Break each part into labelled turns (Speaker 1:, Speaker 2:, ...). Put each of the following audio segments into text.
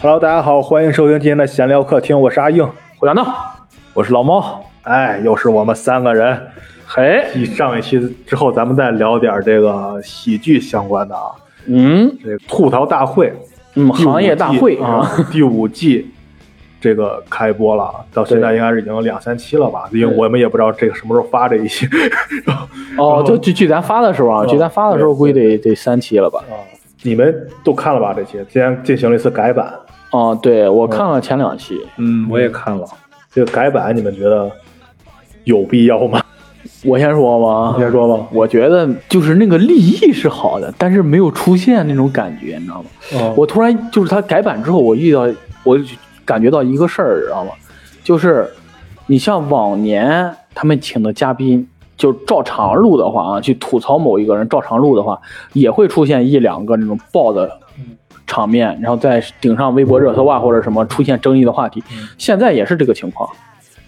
Speaker 1: Hello，大家好，欢迎收听今天的闲聊客厅，我是阿硬。
Speaker 2: 胡大闹，我是老猫。
Speaker 1: 哎，又是我们三个人。
Speaker 2: 嘿，
Speaker 1: 继上一期之后，咱们再聊点这个喜剧相关的啊，
Speaker 2: 嗯
Speaker 1: 这个吐槽大会
Speaker 2: 嗯，
Speaker 1: 第五
Speaker 2: 行业大
Speaker 1: 季
Speaker 2: 会是
Speaker 1: 啊
Speaker 2: 吧？，
Speaker 1: 第五季这个开播了啊，到现在
Speaker 2: 对
Speaker 1: 应该是已经两三期了吧？因为我们也不知道这个什么时候发这一期。
Speaker 2: 哦，就距距咱发的时候啊，距咱发的时候
Speaker 1: 哦对
Speaker 2: 估计得得三期了吧？
Speaker 1: 啊，你们都看了吧？这期今天进行了一次改版，
Speaker 2: 哦，对我看了前两
Speaker 1: 哦
Speaker 2: 期，
Speaker 3: 嗯，我也看了，
Speaker 1: 这个改版你们觉得有必要 吗？
Speaker 2: 我先说吧，啊
Speaker 1: 你先说吧。
Speaker 2: 我觉得就是那个立意是好的，但是没有出现那种感觉，你知道吗？
Speaker 1: 嗯
Speaker 2: 我突然就是它改版之后，我遇到我就感觉到一个事儿，知道吗？就是你像往年他们请的嘉宾，就照常录的话啊，去吐槽某一个人，照常录的话，也会出现一两个那种爆的场面，然后再顶上微博热搜啊或者什么出现争议的话题。现在也是这个情况，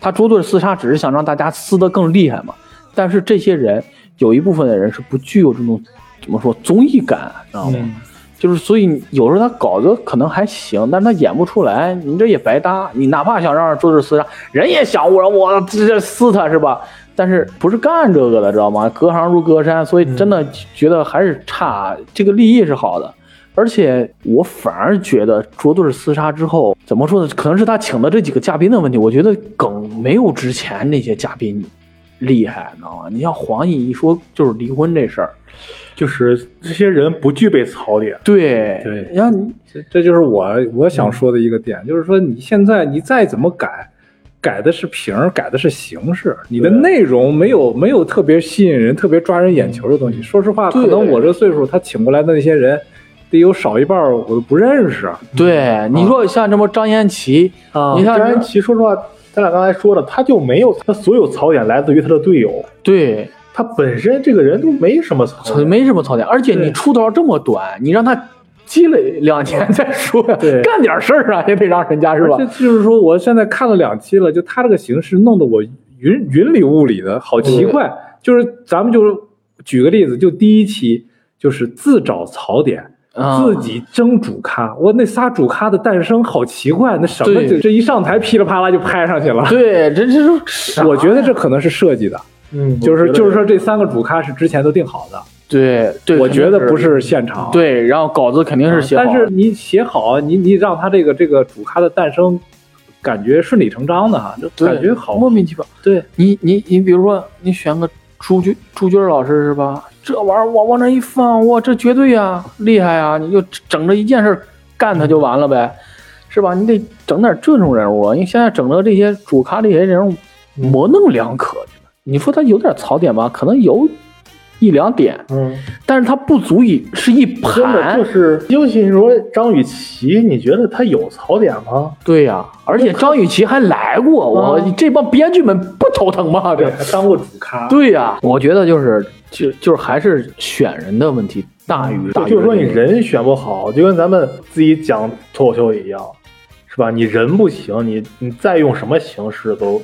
Speaker 2: 他捉对厮杀只是想让大家撕得更厉害嘛。但是这些人有一部分的人是不具有这种怎么说综艺感，知道吗？
Speaker 1: 嗯
Speaker 2: 就是所以有时候他稿子可能还行，但他演不出来，你这也白搭。你哪怕想让人做这厮杀，人也想我我这这撕他是吧？但是不是干这个的，知道吗？隔行如隔山，所以真的觉得还是差。这个立意是好的，而且我反而觉得卓对厮杀之后，怎么说呢？可能是他请的这几个嘉宾的问题，我觉得梗没有之前那些嘉宾厉害，你知道吗？你像黄奕一说就是离婚这事儿，
Speaker 1: 就是这些人不具备槽点，
Speaker 2: 对
Speaker 3: 对
Speaker 2: 然后你
Speaker 3: 这这就是我我
Speaker 2: 嗯
Speaker 3: 想说的一个点，就是说你现在你再怎么改，改的是瓶儿，改的是形式，你的
Speaker 1: 对
Speaker 3: 内容没有没有特别吸引人、特别抓人眼球的东西。说实话，
Speaker 2: 嗯对
Speaker 3: 可能我这岁数，他请过来的那些人，得有少一半儿我都不认识。
Speaker 2: 对，
Speaker 3: 嗯
Speaker 2: 你说像什么张嫣琪，
Speaker 1: 啊
Speaker 2: 你看
Speaker 1: 张安琪，说实话，咱俩刚才说了，他就没有他所有槽点来自于他的队友，
Speaker 2: 对，
Speaker 3: 嗯
Speaker 1: 他本身这个人都没什么槽点。
Speaker 2: 没什么槽点，而且
Speaker 1: 对
Speaker 2: 你出道这么短，你让他积累两年再说呀
Speaker 1: 对，
Speaker 2: 干点事儿啊，也得让人家是吧
Speaker 3: 这？就是说，我现在看了两期了，就他这个形式弄得我云云里雾里的，好奇怪。就是咱们就是举个例子，就第一期就是自找槽点，
Speaker 2: 啊
Speaker 3: 自己争主咖。我那仨主咖的诞生好奇怪，那什么
Speaker 2: 对
Speaker 3: 就这一上台噼里啪啦就拍上去了。
Speaker 2: 对，这这是啊啥
Speaker 3: 我觉得这可能是设计的，
Speaker 1: 嗯，
Speaker 3: 就是就是说这三个主咖是之前都定好的，
Speaker 2: 对对，
Speaker 3: 我觉得
Speaker 2: 肯定
Speaker 3: 不是现场。
Speaker 2: 对，然后稿子肯定是写好
Speaker 3: 但
Speaker 2: 的，
Speaker 3: 是你写好，你你让他这个这个主咖的诞生，感觉顺理成章的哈，就
Speaker 2: 对
Speaker 3: 感觉好
Speaker 2: 莫名其妙。
Speaker 3: 对，
Speaker 2: 你你你，比如说你选个朱军朱军老师是吧？这玩意儿往往那一放，哇，这绝对呀、厉害呀、你就整这一件事儿干他就完了呗，是吧？你得整点这种人物啊，因为现在整的这些主咖这些人物
Speaker 1: 嗯
Speaker 2: 模棱两可。你说他有点槽点吧，可能有一两点，
Speaker 1: 嗯，
Speaker 2: 但是他不足以是一
Speaker 1: 真的
Speaker 2: 盘
Speaker 1: 就。是，尤其你说张雨绮，你觉得她有槽点吗？
Speaker 2: 对呀、而且张雨绮还来过，我
Speaker 1: 啊
Speaker 2: 你这帮编剧们不头疼吗？这
Speaker 1: 还当过主咖。
Speaker 2: 对呀、我觉得就是就嗯就是还是选人的问题大于大于
Speaker 1: 就是说你人选不好，就跟咱们自己讲脱口秀一样，是吧？你人不行，你你再用什么形式都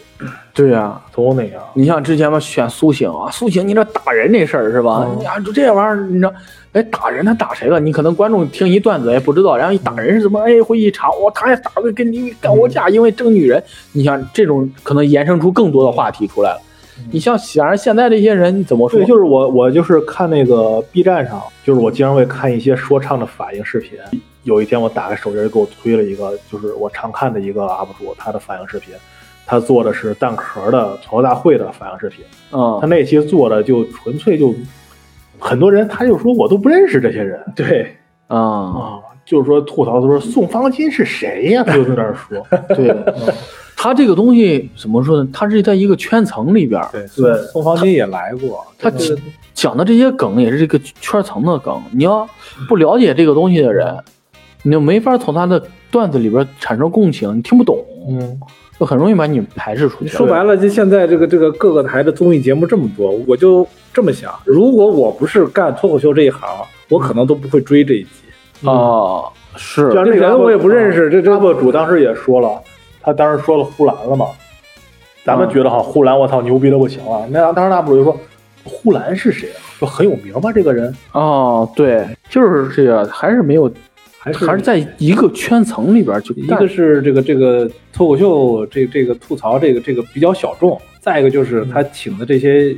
Speaker 2: 对呀、
Speaker 1: 都那样。
Speaker 2: 你像之前嘛选苏醒啊，苏醒你这打人这事儿是吧？
Speaker 1: 嗯
Speaker 2: 你看就这玩意儿，你知道，哎打人他打谁了？你可能观众听一段子也不知道，然后一打人是怎么？哎会一查，我他也打个跟你干过架，因为争女人。你像这种可能延伸出更多的话题出来了。你像显然现在这些人你怎么说？
Speaker 1: 对，就是我我就是看那个 B 站上，就是我经常会看一些说唱的反应视频。有一天我打开手机，给我推了一个，就是我常看的一个 UP 主，他的反应视频，他做的是蛋壳的吐槽大会的反应视频。
Speaker 2: 嗯
Speaker 1: 他，那期做的就纯粹就很多人，他就说我都不认识这些人。对
Speaker 2: 啊、
Speaker 1: 啊，就是说吐槽说宋方金是谁呀、他就在那儿说。
Speaker 2: 对，他这个东西怎么说呢？他是在一个圈层里边儿，
Speaker 3: 对
Speaker 1: 对
Speaker 3: 宋宋方金也来过，
Speaker 2: 他
Speaker 3: 这
Speaker 2: 讲讲的这些梗也是这个圈层的梗，你要不了解这个东西的人，你就没法从他的段子里边产生共情，你听不懂，
Speaker 1: 嗯，
Speaker 2: 就很容易把你排斥出去。
Speaker 3: 说白了，就现在这个这个各个台的综艺节目这么多，我就这么想，如果我不是干脱口秀这一行，我可能都不会追这一集。
Speaker 2: 啊、是
Speaker 1: 就像
Speaker 3: 这
Speaker 1: 那个
Speaker 3: 人我嗯也不认识，这这
Speaker 1: UP 主当时也说了，他当时说了呼兰了嘛，咱
Speaker 3: 嗯
Speaker 1: 们觉得哈呼兰我操牛逼的不行了，那当时 UP 主就说呼兰是谁啊？说很有名吧这个人，
Speaker 2: 哦，对，就是这个，还是没有
Speaker 3: 还是
Speaker 2: 还是在一个圈层里边去
Speaker 3: 一
Speaker 2: 干
Speaker 3: 个是这个这个脱口秀，这这个吐槽，这个这个比较小众；再一个就是
Speaker 2: 嗯
Speaker 3: 他请的这些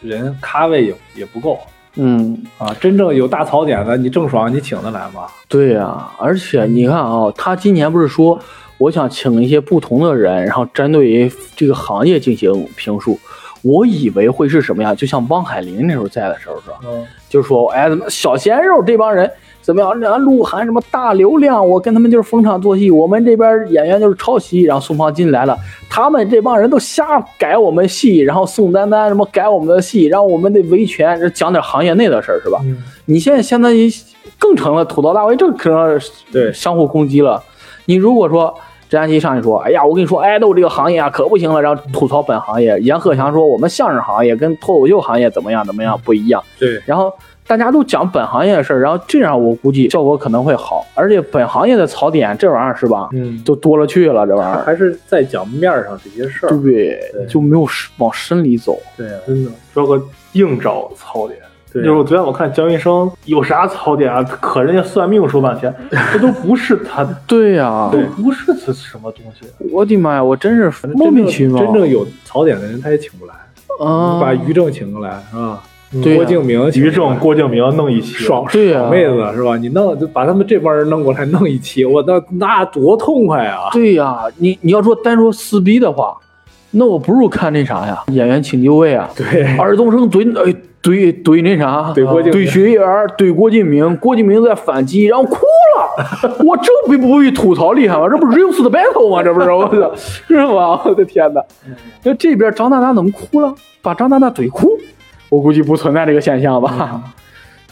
Speaker 3: 人咖位也也不够
Speaker 2: 嗯，
Speaker 3: 啊。真正有大槽点的，你郑爽你请得来吗？
Speaker 2: 对呀、而且你看啊，他今年不是说我想请一些不同的人，然后针对于这个行业进行评述。我以为会是什么样，就像汪海林那时候在的时候是吧？
Speaker 3: 嗯，
Speaker 2: 就是说，哎，怎么小鲜肉这帮人怎么样？人家鹿晗什么大流量，我跟他们就是逢场作戏，我们这边演员就是抄袭。然后宋方金来了，他们这帮人都瞎改我们戏，然后宋丹丹什么改我们的戏，然后我们得维权，这讲点行业内的事儿是
Speaker 3: 啊
Speaker 2: 吧？你现在相当于更成了吐槽大会，这可能
Speaker 3: 对
Speaker 2: 相互攻击了。你如果说张安琪上去说，哎呀，我跟你说，爱豆这个行业啊可不行了，然后吐槽本行业；阎鹤祥说我们相声行业跟脱口秀行业怎么样怎么样不一样。
Speaker 3: 对，
Speaker 2: 然后大家都讲本行业的事儿，然后这样我估计效果可能会好，而且本行业的槽点这玩意儿是吧，
Speaker 3: 嗯，
Speaker 2: 就多了去了，这玩意儿，
Speaker 3: 还是在讲面儿上这些事儿。
Speaker 2: 对，就没有往深里走。
Speaker 3: 对啊，
Speaker 1: 真的说个硬找槽点。
Speaker 3: 对啊
Speaker 1: 就是我昨天我看江医生有啥槽点啊？可人家算命说半 天，这都不是他，
Speaker 2: 对呀、
Speaker 1: 都不是他什么东西。
Speaker 2: 我的妈呀，我真是
Speaker 3: 真正
Speaker 2: 莫名其妙，
Speaker 3: 真正有槽点的人他也请不来，
Speaker 2: 啊，嗯
Speaker 3: 你把于正请过来是吧？
Speaker 2: 对呀啊
Speaker 3: 郭敬明请过来、
Speaker 1: 于正、郭敬明弄一起，
Speaker 3: 爽
Speaker 2: 对呀
Speaker 3: 爽妹子是吧？你弄就把他们这帮人弄过来弄一期，我那那多痛快啊！
Speaker 2: 对呀、你你要说单说撕逼的话，那我不如看那啥呀，演员请就位啊，
Speaker 3: 对，
Speaker 2: 尔冬升怼哎怼怼那啥，
Speaker 3: 怼郭敬明
Speaker 2: 怼学员，怼郭敬明，郭敬明在反击，然后哭了，我这比不比吐槽厉害吗？这不是 real 的 battle 吗？这不是我的，是吧？我的天哪！
Speaker 3: 嗯
Speaker 2: 那这边张大大怎么哭了？把张大大怼哭，我估计不存在这个现象
Speaker 3: 嗯
Speaker 2: 吧。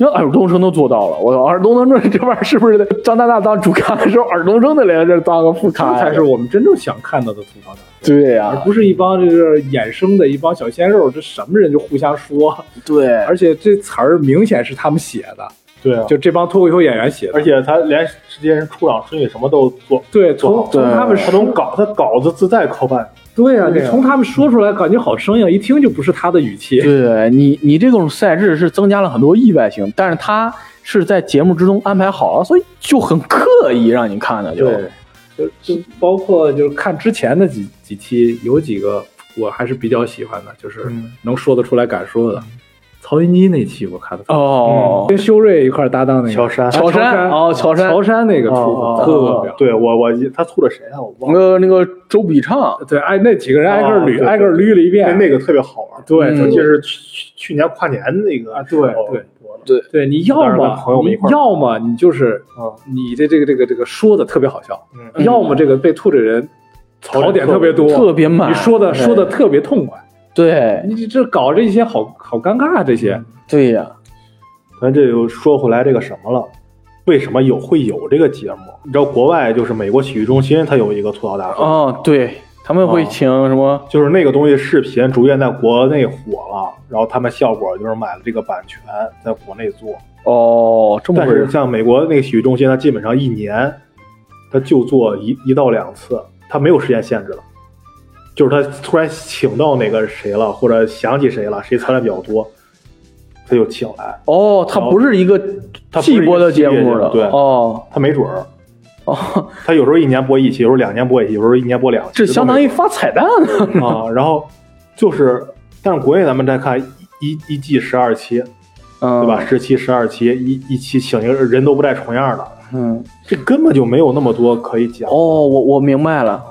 Speaker 2: 那尔冬升都做到了，我靠，尔冬升这这玩意儿是不是张大大当主咖的时候，尔冬升得来这当个副
Speaker 3: 这
Speaker 2: 咖呀
Speaker 3: 才是我们真正想看到的吐槽大会，
Speaker 2: 对呀、
Speaker 3: 而不是一帮就是衍生的一帮小鲜肉，这什么人就互相说，
Speaker 2: 对，
Speaker 3: 而且这词儿明显是他们写的，
Speaker 1: 对啊，
Speaker 3: 就这帮脱口秀演员写的
Speaker 1: 而。且他连直接人出场顺序什么都做，
Speaker 3: 对，
Speaker 1: 做
Speaker 3: 从
Speaker 1: 好
Speaker 3: 从
Speaker 2: 对
Speaker 3: 他们
Speaker 1: 他
Speaker 3: 说
Speaker 1: 能稿他稿子自带扣办，
Speaker 3: 对啊，
Speaker 1: 对
Speaker 3: 你
Speaker 1: 啊
Speaker 3: 从他们说出来感觉好生硬，一听就不是他的语气。
Speaker 2: 对你，你这种赛制是增加了很多意外性，但是它是在节目之中安排好了，所以就很刻意让你看的，就
Speaker 3: 对，就呃就包括就是看之前的几几期，有几个我还是比较喜欢的，就是
Speaker 1: 嗯
Speaker 3: 能说得出来、敢说的。曹云金那期我看的，
Speaker 2: 哦，
Speaker 1: 嗯
Speaker 3: 跟修睿一块儿搭档那个
Speaker 1: 乔杉
Speaker 3: 啊
Speaker 2: 乔
Speaker 3: 乔
Speaker 2: 杉哦乔杉
Speaker 3: 乔杉那个出
Speaker 1: 哦
Speaker 3: 的特别好。
Speaker 1: 对我我他吐了谁啊？我忘
Speaker 2: 那
Speaker 1: 了，
Speaker 2: 个那个周笔畅，
Speaker 3: 对，挨那几个人挨个
Speaker 1: 哦对
Speaker 3: 捋，
Speaker 1: 对
Speaker 3: 挨个捋了一
Speaker 1: 那
Speaker 3: 遍。
Speaker 1: 那个特别好玩，
Speaker 3: 对
Speaker 2: 嗯
Speaker 1: 尤
Speaker 3: 对
Speaker 1: 其是去去去年跨年那个哦
Speaker 3: 啊对
Speaker 1: 时候
Speaker 3: 对
Speaker 1: 播的
Speaker 3: 对，你要
Speaker 1: 当时跟
Speaker 3: 么
Speaker 1: 朋友们一块
Speaker 3: 你
Speaker 1: 儿
Speaker 3: 要么你就是
Speaker 1: 啊，
Speaker 3: 你的这个这个这个说的特别好笑，
Speaker 1: 嗯
Speaker 2: 嗯
Speaker 3: 要么这个被吐的人槽点特别多，
Speaker 2: 特别满，
Speaker 3: 你说的
Speaker 2: 对
Speaker 3: 说的特别痛快。
Speaker 2: 对
Speaker 3: 你这搞这些好好尴尬啊，这些
Speaker 2: 对呀、
Speaker 1: 咱这又说回来这个什么了。为什么有会有这个节目？你知道国外就是美国体育中心，它有一个吐槽大会，
Speaker 2: 哦对，他们
Speaker 1: 哦
Speaker 2: 会请什么？
Speaker 1: 就是那个东西视频逐渐在国内火了，然后他们效果就是买了这个版权，在国内做。
Speaker 2: 哦，这么
Speaker 1: 但
Speaker 2: 回
Speaker 1: 是
Speaker 2: 事？
Speaker 1: 像美国那个洗浴中心，它基本上一年，它就做一一到两次，它没有时间限制的。就是他突然请到哪个谁了，或者想起谁了，谁参加比较多，他就请来。
Speaker 2: 哦，它不是一个
Speaker 1: 它不是一
Speaker 2: 季
Speaker 1: 个
Speaker 2: 播的
Speaker 1: 系
Speaker 2: 节
Speaker 1: 列
Speaker 2: 目
Speaker 1: 节
Speaker 2: 了，
Speaker 1: 对
Speaker 2: 哦
Speaker 1: 他没准儿，
Speaker 2: 哦，
Speaker 1: 他有时候一年播一期，有时候两年播一期，有时候一年播两期，
Speaker 2: 这相当于发彩蛋呢，
Speaker 1: 都没准儿啊。然后就是，但是国内咱们再看一一一季十二期，
Speaker 2: 嗯，
Speaker 1: 对吧？？十期十二期，一一期请一个人都不带重样的，
Speaker 2: 嗯，
Speaker 1: 这根本就没有那么多可以讲
Speaker 2: 哦，。我我明白了，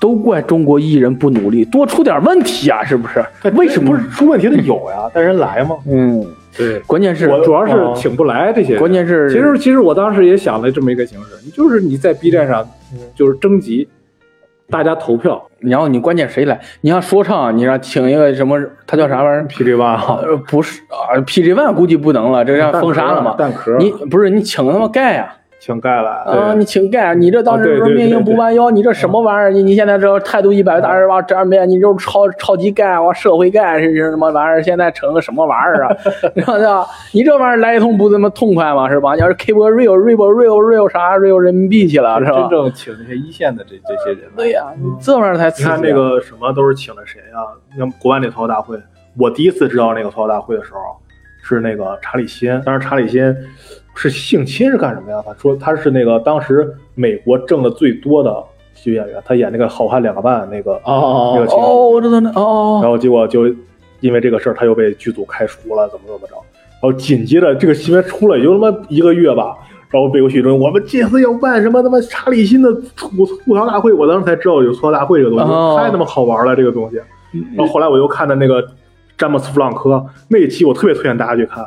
Speaker 2: 都怪中国艺人不努力，多出点问题啊，是不是？ 为什
Speaker 1: 不
Speaker 2: 么
Speaker 1: 是？出问题的有 呀？但人来吗？
Speaker 2: 嗯，
Speaker 3: 对，
Speaker 2: 关键是，
Speaker 1: 我
Speaker 3: 主要
Speaker 1: 哦
Speaker 3: 是请不来这些人。
Speaker 2: 关键是，
Speaker 3: 其实其实我当时也想了这么一个形式，你就是你在 B 站上
Speaker 1: 嗯
Speaker 3: 就是征集大家投票，
Speaker 2: 然后你关键谁来？你像说唱，你让请一个什么，他叫啥玩意儿？
Speaker 1: 霹雳吧，
Speaker 2: 呃，不是啊，PG One 估计不能了，这要封杀了嘛。
Speaker 3: 蛋壳，
Speaker 2: 你不是你请他妈盖呀？
Speaker 1: 请盖来。
Speaker 3: 对
Speaker 2: 啊，你请盖，你这当
Speaker 3: 啊对
Speaker 2: 时不是
Speaker 3: 对
Speaker 2: 命
Speaker 3: 对
Speaker 2: 硬不
Speaker 3: 对
Speaker 2: 弯腰，你这什么玩意儿？你你现在这态度一百八十八转变，你就是超超级盖，我社会盖是是什么玩意儿？现在成了什么玩意儿啊？你知道你这玩意儿来一通不他妈痛快吗？是吧？你要是 K 波 real real real real 啥 real 人民币去了是吧
Speaker 3: 真？正请那些一线的这这些人来，
Speaker 2: 对呀，你这玩意儿才刺
Speaker 1: 你
Speaker 2: 激啊。
Speaker 1: 看那个什么都是请的谁啊？像国外那吐槽大会，我第一次知道那个吐槽大会的时候，是那个查理辛。当时查理辛是性侵是干什么呀？他说他是那个当时美国挣的最多的喜剧演员，他演那个《好汉两个半》那个，
Speaker 3: 哦
Speaker 1: 那个
Speaker 3: 哦
Speaker 1: 情况
Speaker 2: 哦，我知道那哦哦
Speaker 1: 然
Speaker 2: 哦，
Speaker 1: 后结果就因为这个事儿，他又被剧组开除了，怎么怎么着。然后紧接着这个新闻出来，也就他妈一个月吧，然后被国剧中我们这次要办什么他妈查理辛的吐吐槽大会，我当时才知道有吐槽大会这个东西，
Speaker 2: 哦
Speaker 1: 太他妈好玩了这个东西。然后后来我又看的那个詹姆斯·弗朗科那一期，我特别推荐大家去看。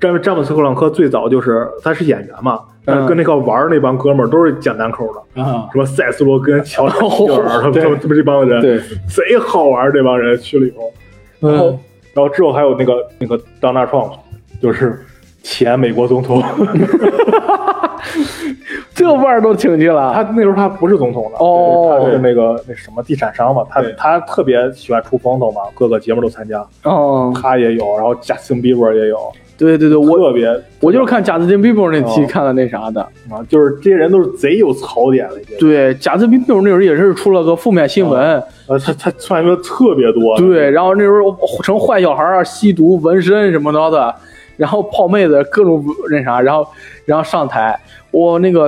Speaker 1: 詹詹姆斯·弗朗科最早就是他是演员嘛，但是跟那个玩儿那帮哥们儿都是讲单口的，
Speaker 2: 哦
Speaker 3: 啊，
Speaker 1: 什么塞斯罗根、乔 丹、希尔他们他们他们这帮人，
Speaker 3: 对，
Speaker 1: 贼好玩儿这帮人去了以后。
Speaker 2: 哦
Speaker 1: 然后
Speaker 3: 嗯，
Speaker 1: 然后之后还有那个那个当大创，就是前美国总统，
Speaker 2: 这腕儿都请去了
Speaker 1: 他。那时候他不是总统了，
Speaker 2: 哦
Speaker 1: 就是他是那个那什么地产商嘛，他
Speaker 3: 对
Speaker 1: 他特别喜欢出风头嘛，各个节目都参加，
Speaker 2: 哦，
Speaker 1: 他也有，然后贾斯汀比伯也有，
Speaker 2: 对对对，我
Speaker 1: 特别
Speaker 2: 我就是看贾斯汀比伯那期
Speaker 1: 哦
Speaker 2: 看的那啥的。
Speaker 1: 啊，就是这些人都是贼有槽点的一些人，
Speaker 2: 对，贾斯汀比伯那时候也是出了个负面新闻，
Speaker 1: 呃，他他串的特别多，
Speaker 2: 对，，然后那时候成坏小孩儿、啊吸毒、纹身什么着的，然后泡妹子各种那啥，然后然后上台，我那个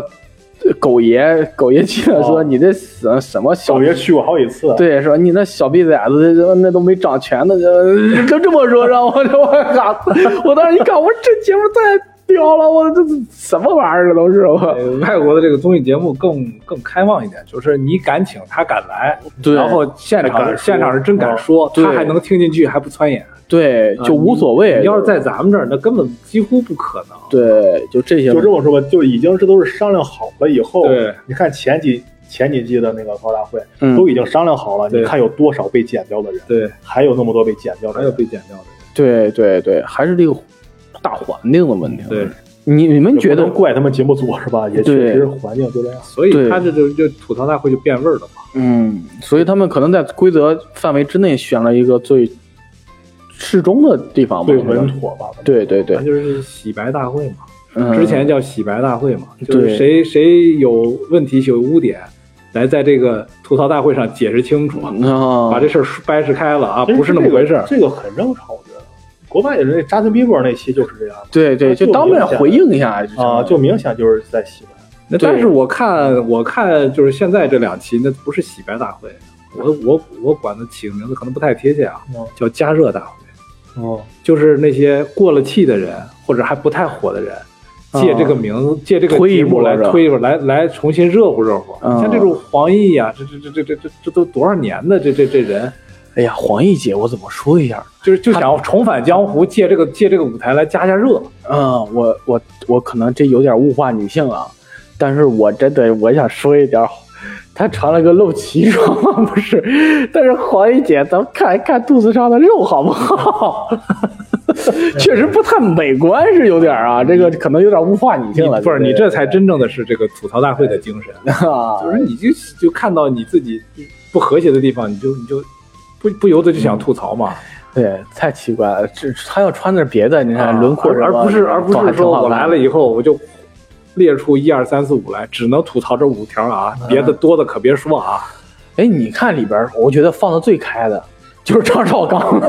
Speaker 2: 呃狗爷狗爷进来说：“
Speaker 1: 哦
Speaker 2: 你这死什么小
Speaker 1: 小爷去过好几次，
Speaker 2: 对，说你那小逼崽子，这那都没长全的，这就这么说，让我 我嘎，我当时一看，我说这节目太屌了，我这什么玩意儿这都是我。
Speaker 3: 呃外国的这个综艺节目更更开放一点，就是你敢请他敢来，
Speaker 2: 对
Speaker 3: 然后现
Speaker 1: 还敢
Speaker 3: 场
Speaker 1: 说
Speaker 3: 现场是真敢说，
Speaker 2: 对
Speaker 3: 他还能听进去，还不穿眼，啊
Speaker 2: 对，就无所谓。
Speaker 3: 嗯你要是在咱们这儿，那根本几乎不可能。
Speaker 2: 对，就这些
Speaker 1: 就这么说吧，就已经这都是商量好了以后，
Speaker 3: 对，
Speaker 1: 你看前几前几季的那个高大会，
Speaker 2: 嗯
Speaker 1: 都已经商量好了，
Speaker 3: 对
Speaker 1: 你看有多少被剪掉的人，
Speaker 3: 对，
Speaker 1: 还有那么多被剪掉的
Speaker 3: 还有
Speaker 1: 人，
Speaker 3: 被剪掉的，
Speaker 2: 对对对，还是这个大环境的问题。
Speaker 3: 对，
Speaker 2: 你你们觉
Speaker 1: 也不
Speaker 2: 得
Speaker 1: 能怪他们节目组是吧？也确
Speaker 2: 对
Speaker 1: 实环境就这样。
Speaker 3: 所以
Speaker 2: 对
Speaker 3: 他这就就吐槽大会就变味儿了嘛。
Speaker 2: 嗯，所以他们可能在规则范围之内选了一个最适中的地方吧。
Speaker 1: 最
Speaker 2: 我觉得
Speaker 1: 稳妥吧，
Speaker 2: 对对对
Speaker 3: 它，就是洗白大会嘛，
Speaker 2: 嗯
Speaker 3: 之前叫洗白大会嘛，
Speaker 2: 对
Speaker 3: 就是谁谁有问题有污点，来在这个吐槽大会上解释清楚，
Speaker 2: 啊，
Speaker 3: 把这事儿掰扯开了啊，
Speaker 2: 哎
Speaker 1: 其实
Speaker 3: 不是那么回事儿。
Speaker 1: 这个很正常，我觉得。国外也是那扎森比伯那期就是这样
Speaker 2: 对对，就
Speaker 1: 就
Speaker 2: 当
Speaker 1: 明
Speaker 2: 面
Speaker 1: 显
Speaker 2: 回应一下就行
Speaker 1: 啊，
Speaker 2: 了
Speaker 1: 就明显就是在洗白。
Speaker 3: 那
Speaker 2: 对
Speaker 3: 但是我看我看就是现在这两期，那不是洗白大会，我我我管它起个名字可能不太贴切啊
Speaker 2: 哦
Speaker 1: 嗯，
Speaker 3: 叫加热大会，
Speaker 1: 哦，
Speaker 3: 就是那些过了气的人或者还不太火的人。借这个名字，借这个
Speaker 2: 哦推一
Speaker 3: 节目
Speaker 2: 波
Speaker 3: 来
Speaker 2: 是吧
Speaker 3: 推一波，来来重新热乎热乎。
Speaker 2: 嗯
Speaker 3: 像这种黄奕呀、这这这这这这这都多少年的这这这人，
Speaker 2: 哎呀，黄奕姐，我怎么说一下呢？
Speaker 3: 就是就想重返江湖，借这个借这个舞台来加加热。
Speaker 2: 嗯，我我我可能这有点物化女性啊，但是我真的我想说一点儿，她穿了个露脐装， 不是？但是黄奕姐，咱们看一看肚子上的肉好不好？ 确实不太美观，是有点儿啊，这个可能有点物化女性了。
Speaker 3: 不是
Speaker 2: 对
Speaker 3: 你这才真正的是这个吐槽大会的精神，
Speaker 2: 啊
Speaker 3: 就是你就就看到你自己不和谐的地方，你就你就不不由得就想吐槽嘛，
Speaker 2: 对，太奇怪了。这她要穿点别的，你看
Speaker 3: 啊
Speaker 2: 轮廓什么
Speaker 3: 而
Speaker 2: 的，
Speaker 3: 而不是而不
Speaker 2: 倒还
Speaker 3: 是
Speaker 2: 挺
Speaker 3: 说
Speaker 2: 好
Speaker 3: 我
Speaker 2: 看
Speaker 3: 来
Speaker 2: 的
Speaker 3: 了以后我就列出一二三四五来，只能吐槽这五条啊，别的多的可别说啊。
Speaker 2: 哎，你看里边儿，我觉得放的最开的就是张绍刚，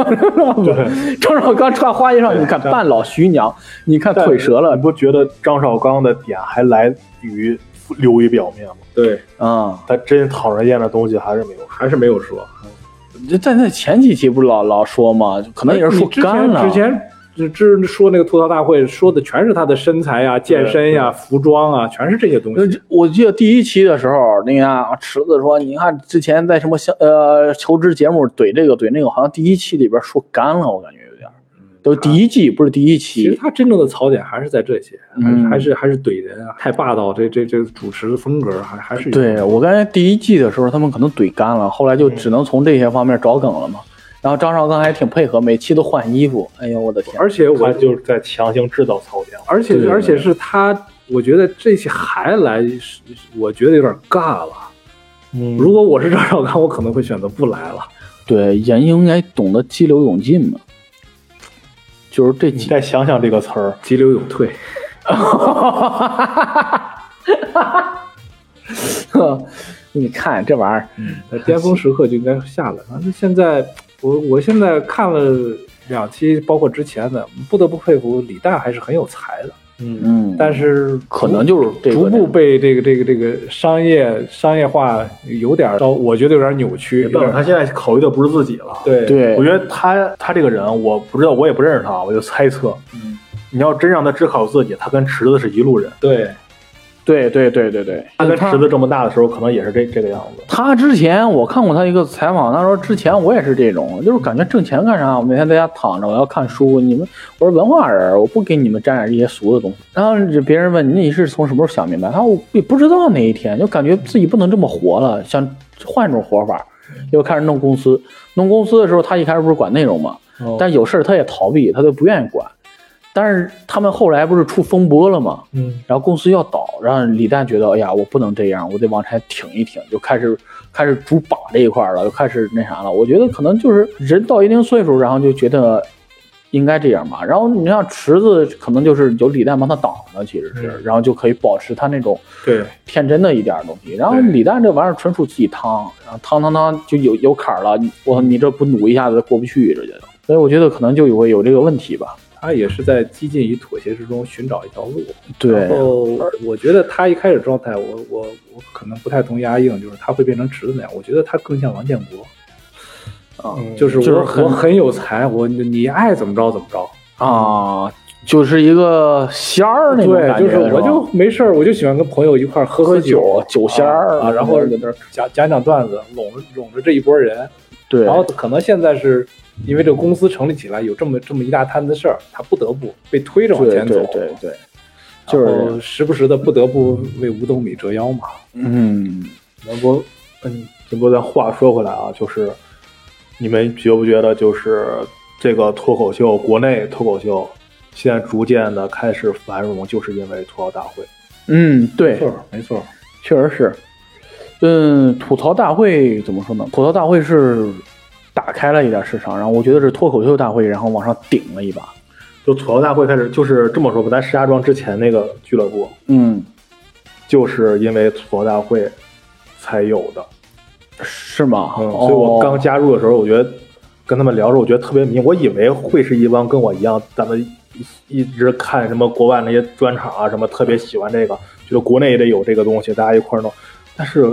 Speaker 1: 对
Speaker 2: 张绍刚穿花衣裳，你看
Speaker 1: 张
Speaker 2: 半老徐娘，你看
Speaker 1: 但
Speaker 2: 腿折了
Speaker 1: 你不觉得张绍刚的点还来于流于表面吗？
Speaker 3: 对，
Speaker 2: 啊、
Speaker 1: 他真讨人厌的东西还是没有。
Speaker 3: 还是没有说，
Speaker 2: 这在那前几期不是老老说吗？可能也是说
Speaker 3: 哎你之
Speaker 2: 干
Speaker 3: 前
Speaker 2: 了
Speaker 3: 之。前只只说那个吐槽大会说的全是他的身材呀、健身呀、服装啊，全是这些东
Speaker 2: 呃
Speaker 3: 西。
Speaker 2: 我记得第一期的时候，那个啊池子说，你看之前在什么相呃求职节目怼这个怼那个，好像第一期里边说干了，我感觉有点儿，都第一季不是第一
Speaker 3: 嗯其实
Speaker 2: 期，
Speaker 3: 他真正的槽点还是在这些，还
Speaker 2: 嗯
Speaker 3: 是还是还是怼人啊，太霸道，这这这主持的风格还还是有
Speaker 2: 对我感觉第一季的时候，他们可能怼干了，后来就只能从这些方面找梗了嘛。然后张绍刚还挺配合，每期都换衣服。哎呦，我的天！
Speaker 3: 而且我
Speaker 1: 他就是在强行制造槽点，
Speaker 3: 而且
Speaker 2: 对
Speaker 3: 而且是他，我觉得这些还来，是我觉得有点尬了。
Speaker 1: 嗯
Speaker 3: 如果我是张绍刚，我可能会选择不来了。
Speaker 2: 对，人应该懂得激流勇进嘛，就是这
Speaker 1: 你
Speaker 2: 几。
Speaker 1: 再想想这个词儿，
Speaker 3: 急流勇退，
Speaker 2: 嗯 你看这玩意儿，
Speaker 3: 在巅峰时刻就应该下来。啊，那现在我我现在看了两期，包括之前的，不得不佩服李诞还是很有才的。嗯，
Speaker 2: 嗯，
Speaker 3: 但是
Speaker 2: 可能就是这个
Speaker 3: 逐步被这个这个这个商业商业化有点儿到，我觉得有点儿扭曲，
Speaker 1: 没
Speaker 3: 有点
Speaker 1: 办法，
Speaker 3: 儿
Speaker 1: 他现在考虑的不是自己了。，
Speaker 3: 对
Speaker 2: 对
Speaker 1: 我，觉得他他这个人，我不知道，我也不认识他，我就猜测。
Speaker 3: 嗯
Speaker 1: 你要真让他只考自己，他跟池子是一路人。
Speaker 3: 对，
Speaker 2: 对对对对对，
Speaker 1: 他跟
Speaker 2: 他
Speaker 1: 池子这么大的时候，可能也是这这个样子。
Speaker 2: 他之前我看过他一个采访，他说之前我也是这种，就是感觉挣钱干啥？我每天在家躺着，我要看书。你们，我是文化人，我不给你们沾染这些俗的东西。然后别人问你是从什么时候想明白？他说我也不知道哪一天，就感觉自己不能这么活了，想换种活法，又开始弄公司。弄公司的时候，他一开始不是管内容嘛，
Speaker 3: 哦
Speaker 2: 但有事儿他也逃避，他就不愿意管。但是他们后来不是出风波了吗？
Speaker 3: 嗯
Speaker 2: 然后公司要倒，让李诞觉得，哎呀，我不能这样，我得往前挺一挺，就开始开始主把这一块了，就开始那啥了。我觉得可能就是人到一定岁数，然后就觉得应该这样吧。然后你像池子，可能就是有李诞帮他挡着，其实
Speaker 3: 嗯
Speaker 2: 是，然后就可以保持他那种
Speaker 3: 对，
Speaker 2: 天真的一点东西。然后李诞这玩意儿纯属自己趟，然后趟趟趟就有有坎儿了，你我你这不努一下子过不去，这就。所以我觉得可能就有有这个问题吧。
Speaker 3: 他也是在激进与妥协之中寻找一条路。
Speaker 2: 对哦
Speaker 3: 然，后我觉得他一开始状态，我我我可能不太同意阿硬，就是他会变成池子那样。我觉得他更像王建国，
Speaker 2: 啊
Speaker 3: 就是我、
Speaker 2: 就是很
Speaker 3: 我很有才，我你你爱怎么着怎么着。
Speaker 2: 啊，就是一个仙儿那种
Speaker 3: 对，
Speaker 2: 感
Speaker 3: 就
Speaker 2: 觉，
Speaker 3: 是我
Speaker 2: 吧
Speaker 3: 就没事儿，我就喜欢跟朋友一块儿喝喝酒
Speaker 2: 喝酒酒仙儿嗯
Speaker 3: 啊啊，然后在那儿讲讲讲段子，拢着拢着这一波人，
Speaker 2: 对，
Speaker 3: 然后可能现在是因为这个公司成立起来有这么这么一大摊子事儿，他不得不被推着往
Speaker 2: 对
Speaker 3: 前走
Speaker 2: 对，对对，就是嗯
Speaker 3: 然
Speaker 2: 这
Speaker 3: 后
Speaker 2: 样
Speaker 3: 时不时的不得不为五斗米折腰嘛。
Speaker 2: 嗯，
Speaker 1: 那不，嗯，这不，咱话说回来啊，就是你们觉不觉得，就是这个脱口秀，国内脱口秀现在逐渐的开始繁荣，就是因为吐槽大会。
Speaker 2: 嗯，对
Speaker 3: 没，错，没错。
Speaker 2: 确实是。嗯，吐槽大会怎么说呢？吐槽大会是打开了一点市场，然后我觉得是脱口秀大会，然后往上顶了一把。
Speaker 1: 就吐槽大会开始，就是这么说吧，咱石家庄之前那个俱乐部，
Speaker 2: 嗯，
Speaker 1: 就是因为吐槽大会才有的。
Speaker 2: 是吗？
Speaker 1: 嗯，
Speaker 2: 哦
Speaker 1: 所以我刚加入的时候，我觉得跟他们聊的时候，我觉得特别迷。我以为会是一帮跟我一样，咱们一一直看什么国外那些专场啊，什么特别喜欢这个，觉得国内也得有这个东西，大家一块儿弄。但是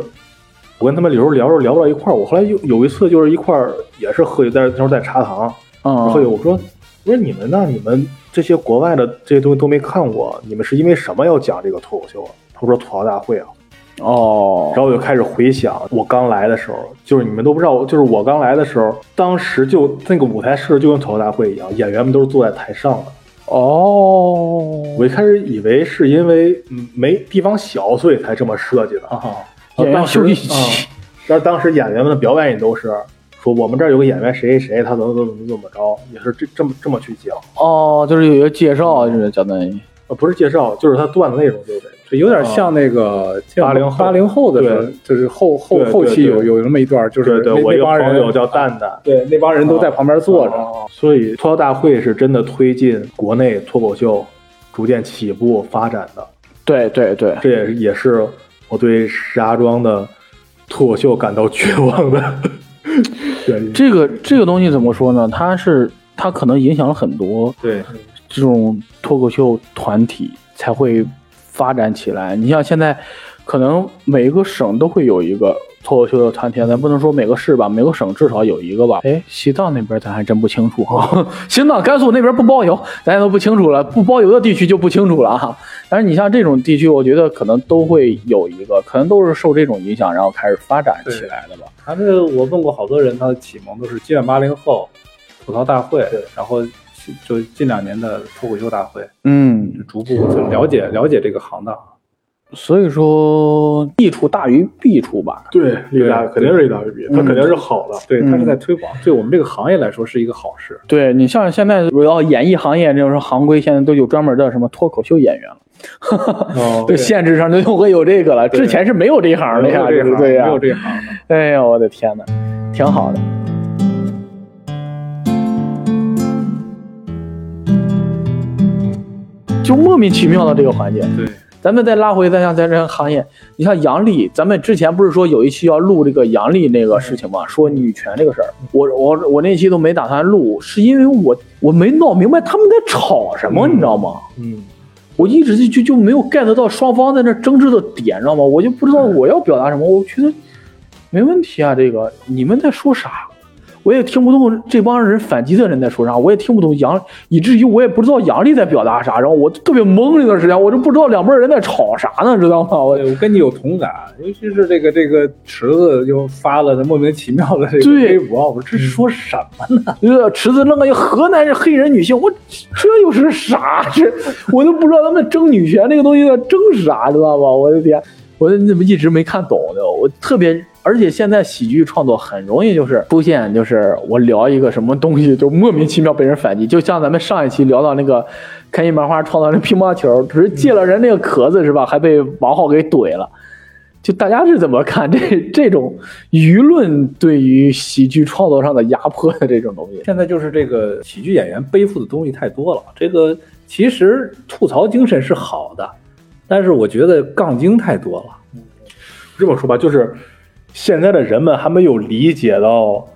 Speaker 1: 我跟他们有时候聊着聊不到一块儿，我后来有有一次就是一块儿也是喝酒，在那时候在茶堂喝酒，
Speaker 2: 嗯，
Speaker 1: 我说我说你们呢？你们这些国外的这些东西都没看过，你们是因为什么要讲这个脱口秀啊？他说吐槽大会啊。
Speaker 2: 哦
Speaker 1: 然，后我就开始回想我刚来的时候，就是你们都不知道，就是我刚来的时候，当时就那个舞台设置就跟吐槽大会一样，演员们都是坐在台上的。
Speaker 2: 哦，
Speaker 1: 我一开始以为是因为嗯没地方小，所以才这么设计的。
Speaker 3: 啊，
Speaker 1: 然后
Speaker 2: 演员
Speaker 1: 当时
Speaker 2: 休息
Speaker 1: 嗯
Speaker 2: 期，
Speaker 1: 但是当时演员们的表演也都是说我们这儿有个演员谁谁谁，他怎么怎么怎么怎么着，也是这这么这么去讲，
Speaker 2: 哦，就是有一个介绍，就是相当于，
Speaker 1: 呃不是介绍，就是他段子内容就得。
Speaker 3: 这有点像那个
Speaker 1: 80后
Speaker 3: 八零后的时候
Speaker 1: 对，
Speaker 3: 就是后后
Speaker 1: 对对
Speaker 3: 后期有
Speaker 1: 对
Speaker 3: 有那么一段，就是
Speaker 1: 对对，
Speaker 3: 那
Speaker 1: 我一
Speaker 3: 那
Speaker 1: 个
Speaker 3: 帮
Speaker 1: 朋友
Speaker 3: 人
Speaker 1: 叫蛋蛋，
Speaker 3: 对那帮人都在旁边坐着，
Speaker 1: 哦啊所以脱口大会是真的推进国内脱口秀逐渐起步发展的，
Speaker 2: 对对对，
Speaker 1: 这也是也是我对石家庄的脱口秀感到绝望 的原因。
Speaker 2: 这个这个东西怎么说呢？它是它可能影响了很多
Speaker 3: 对
Speaker 2: 这种脱口秀团体才会发展起来。你像现在，可能每一个省都会有一个脱口秀的团体，咱不能说每个市吧，每个省至少有一个吧。哎，西藏那边咱还真不清楚啊，新藏、甘肃那边不包邮，咱也都不清楚了。不包邮的地区就不清楚了啊。但是你像这种地区，我觉得可能都会有一个，可能都是受这种影响，然后开始发展起来的吧。
Speaker 3: 他这个我问过好多人，他的启蒙都是基本八零后吐槽大会，然后就近两年的脱口秀大会，
Speaker 2: 嗯，
Speaker 3: 逐步就了解了解这个行当。
Speaker 2: 所以说益处大于弊处吧。
Speaker 1: 对，利大
Speaker 3: 对
Speaker 1: 肯定是利大于弊，它
Speaker 2: 嗯
Speaker 1: 肯定是好的。
Speaker 3: 对，他是
Speaker 2: 嗯
Speaker 3: 在推广，对我们这个行业来说是一个好事。
Speaker 2: 对你像现在主要演艺行业这种行规，现在都有专门的什么脱口秀演员了，
Speaker 3: 嗯
Speaker 1: 哦
Speaker 2: 对， 限制上就又会有这个了。之前是没有这一行的哎
Speaker 3: 没
Speaker 2: 呀，
Speaker 3: 有
Speaker 2: 就
Speaker 3: 这
Speaker 2: 是
Speaker 3: 行，
Speaker 2: 对呀。
Speaker 3: 没有这行的。
Speaker 2: 哎呀，我的天哪，挺好的。就莫名其妙的这个环节，
Speaker 3: 对，
Speaker 2: 咱们再拉回，再像咱这个行业，你像杨笠，咱们之前不是说有一期要录这个杨笠那个事情嘛，说女权这个事儿，我我我那期都没打算录，是因为我我没闹明白他们在吵什么，你知道吗？
Speaker 1: 嗯，
Speaker 2: 我一直就就就没有 get 到双方在那争执的点，知道吗？我就不知道我要表达什么，我觉得没问题啊。这个你们在说啥？我也听不懂这帮人反击的人在说啥，我也听不懂杨，以至于我也不知道杨丽在表达啥，然后我就特别懵那段时间，我就不知道两拨人在吵啥呢，知道吗？我
Speaker 3: 对我跟你有同感，尤其是这个这个池子又发了莫名其妙的这个
Speaker 2: 对嗯
Speaker 3: 微博，我说这说什么呢？
Speaker 2: 这池子弄个一黑男人黑人女性，我这又是啥？这我都不知道他们争女权这个东西在争啥，知道吧？我的天，我怎么一直没看懂呢？我特别，而且现在喜剧创作很容易就是出现，就是我聊一个什么东西就莫名其妙被人反击，就像咱们上一期聊到那个开心麻花创造那乒乓球，只是借了人那个壳子是吧？还被王浩给怼了。就大家是怎么看这这种舆论对于喜剧创作上的压迫的这种东西？
Speaker 3: 现在就是这个喜剧演员背负的东西太多了。这个其实吐槽精神是好的，但是我觉得杠精太多了。
Speaker 1: 这么说吧，就是现在的人们还没有理解到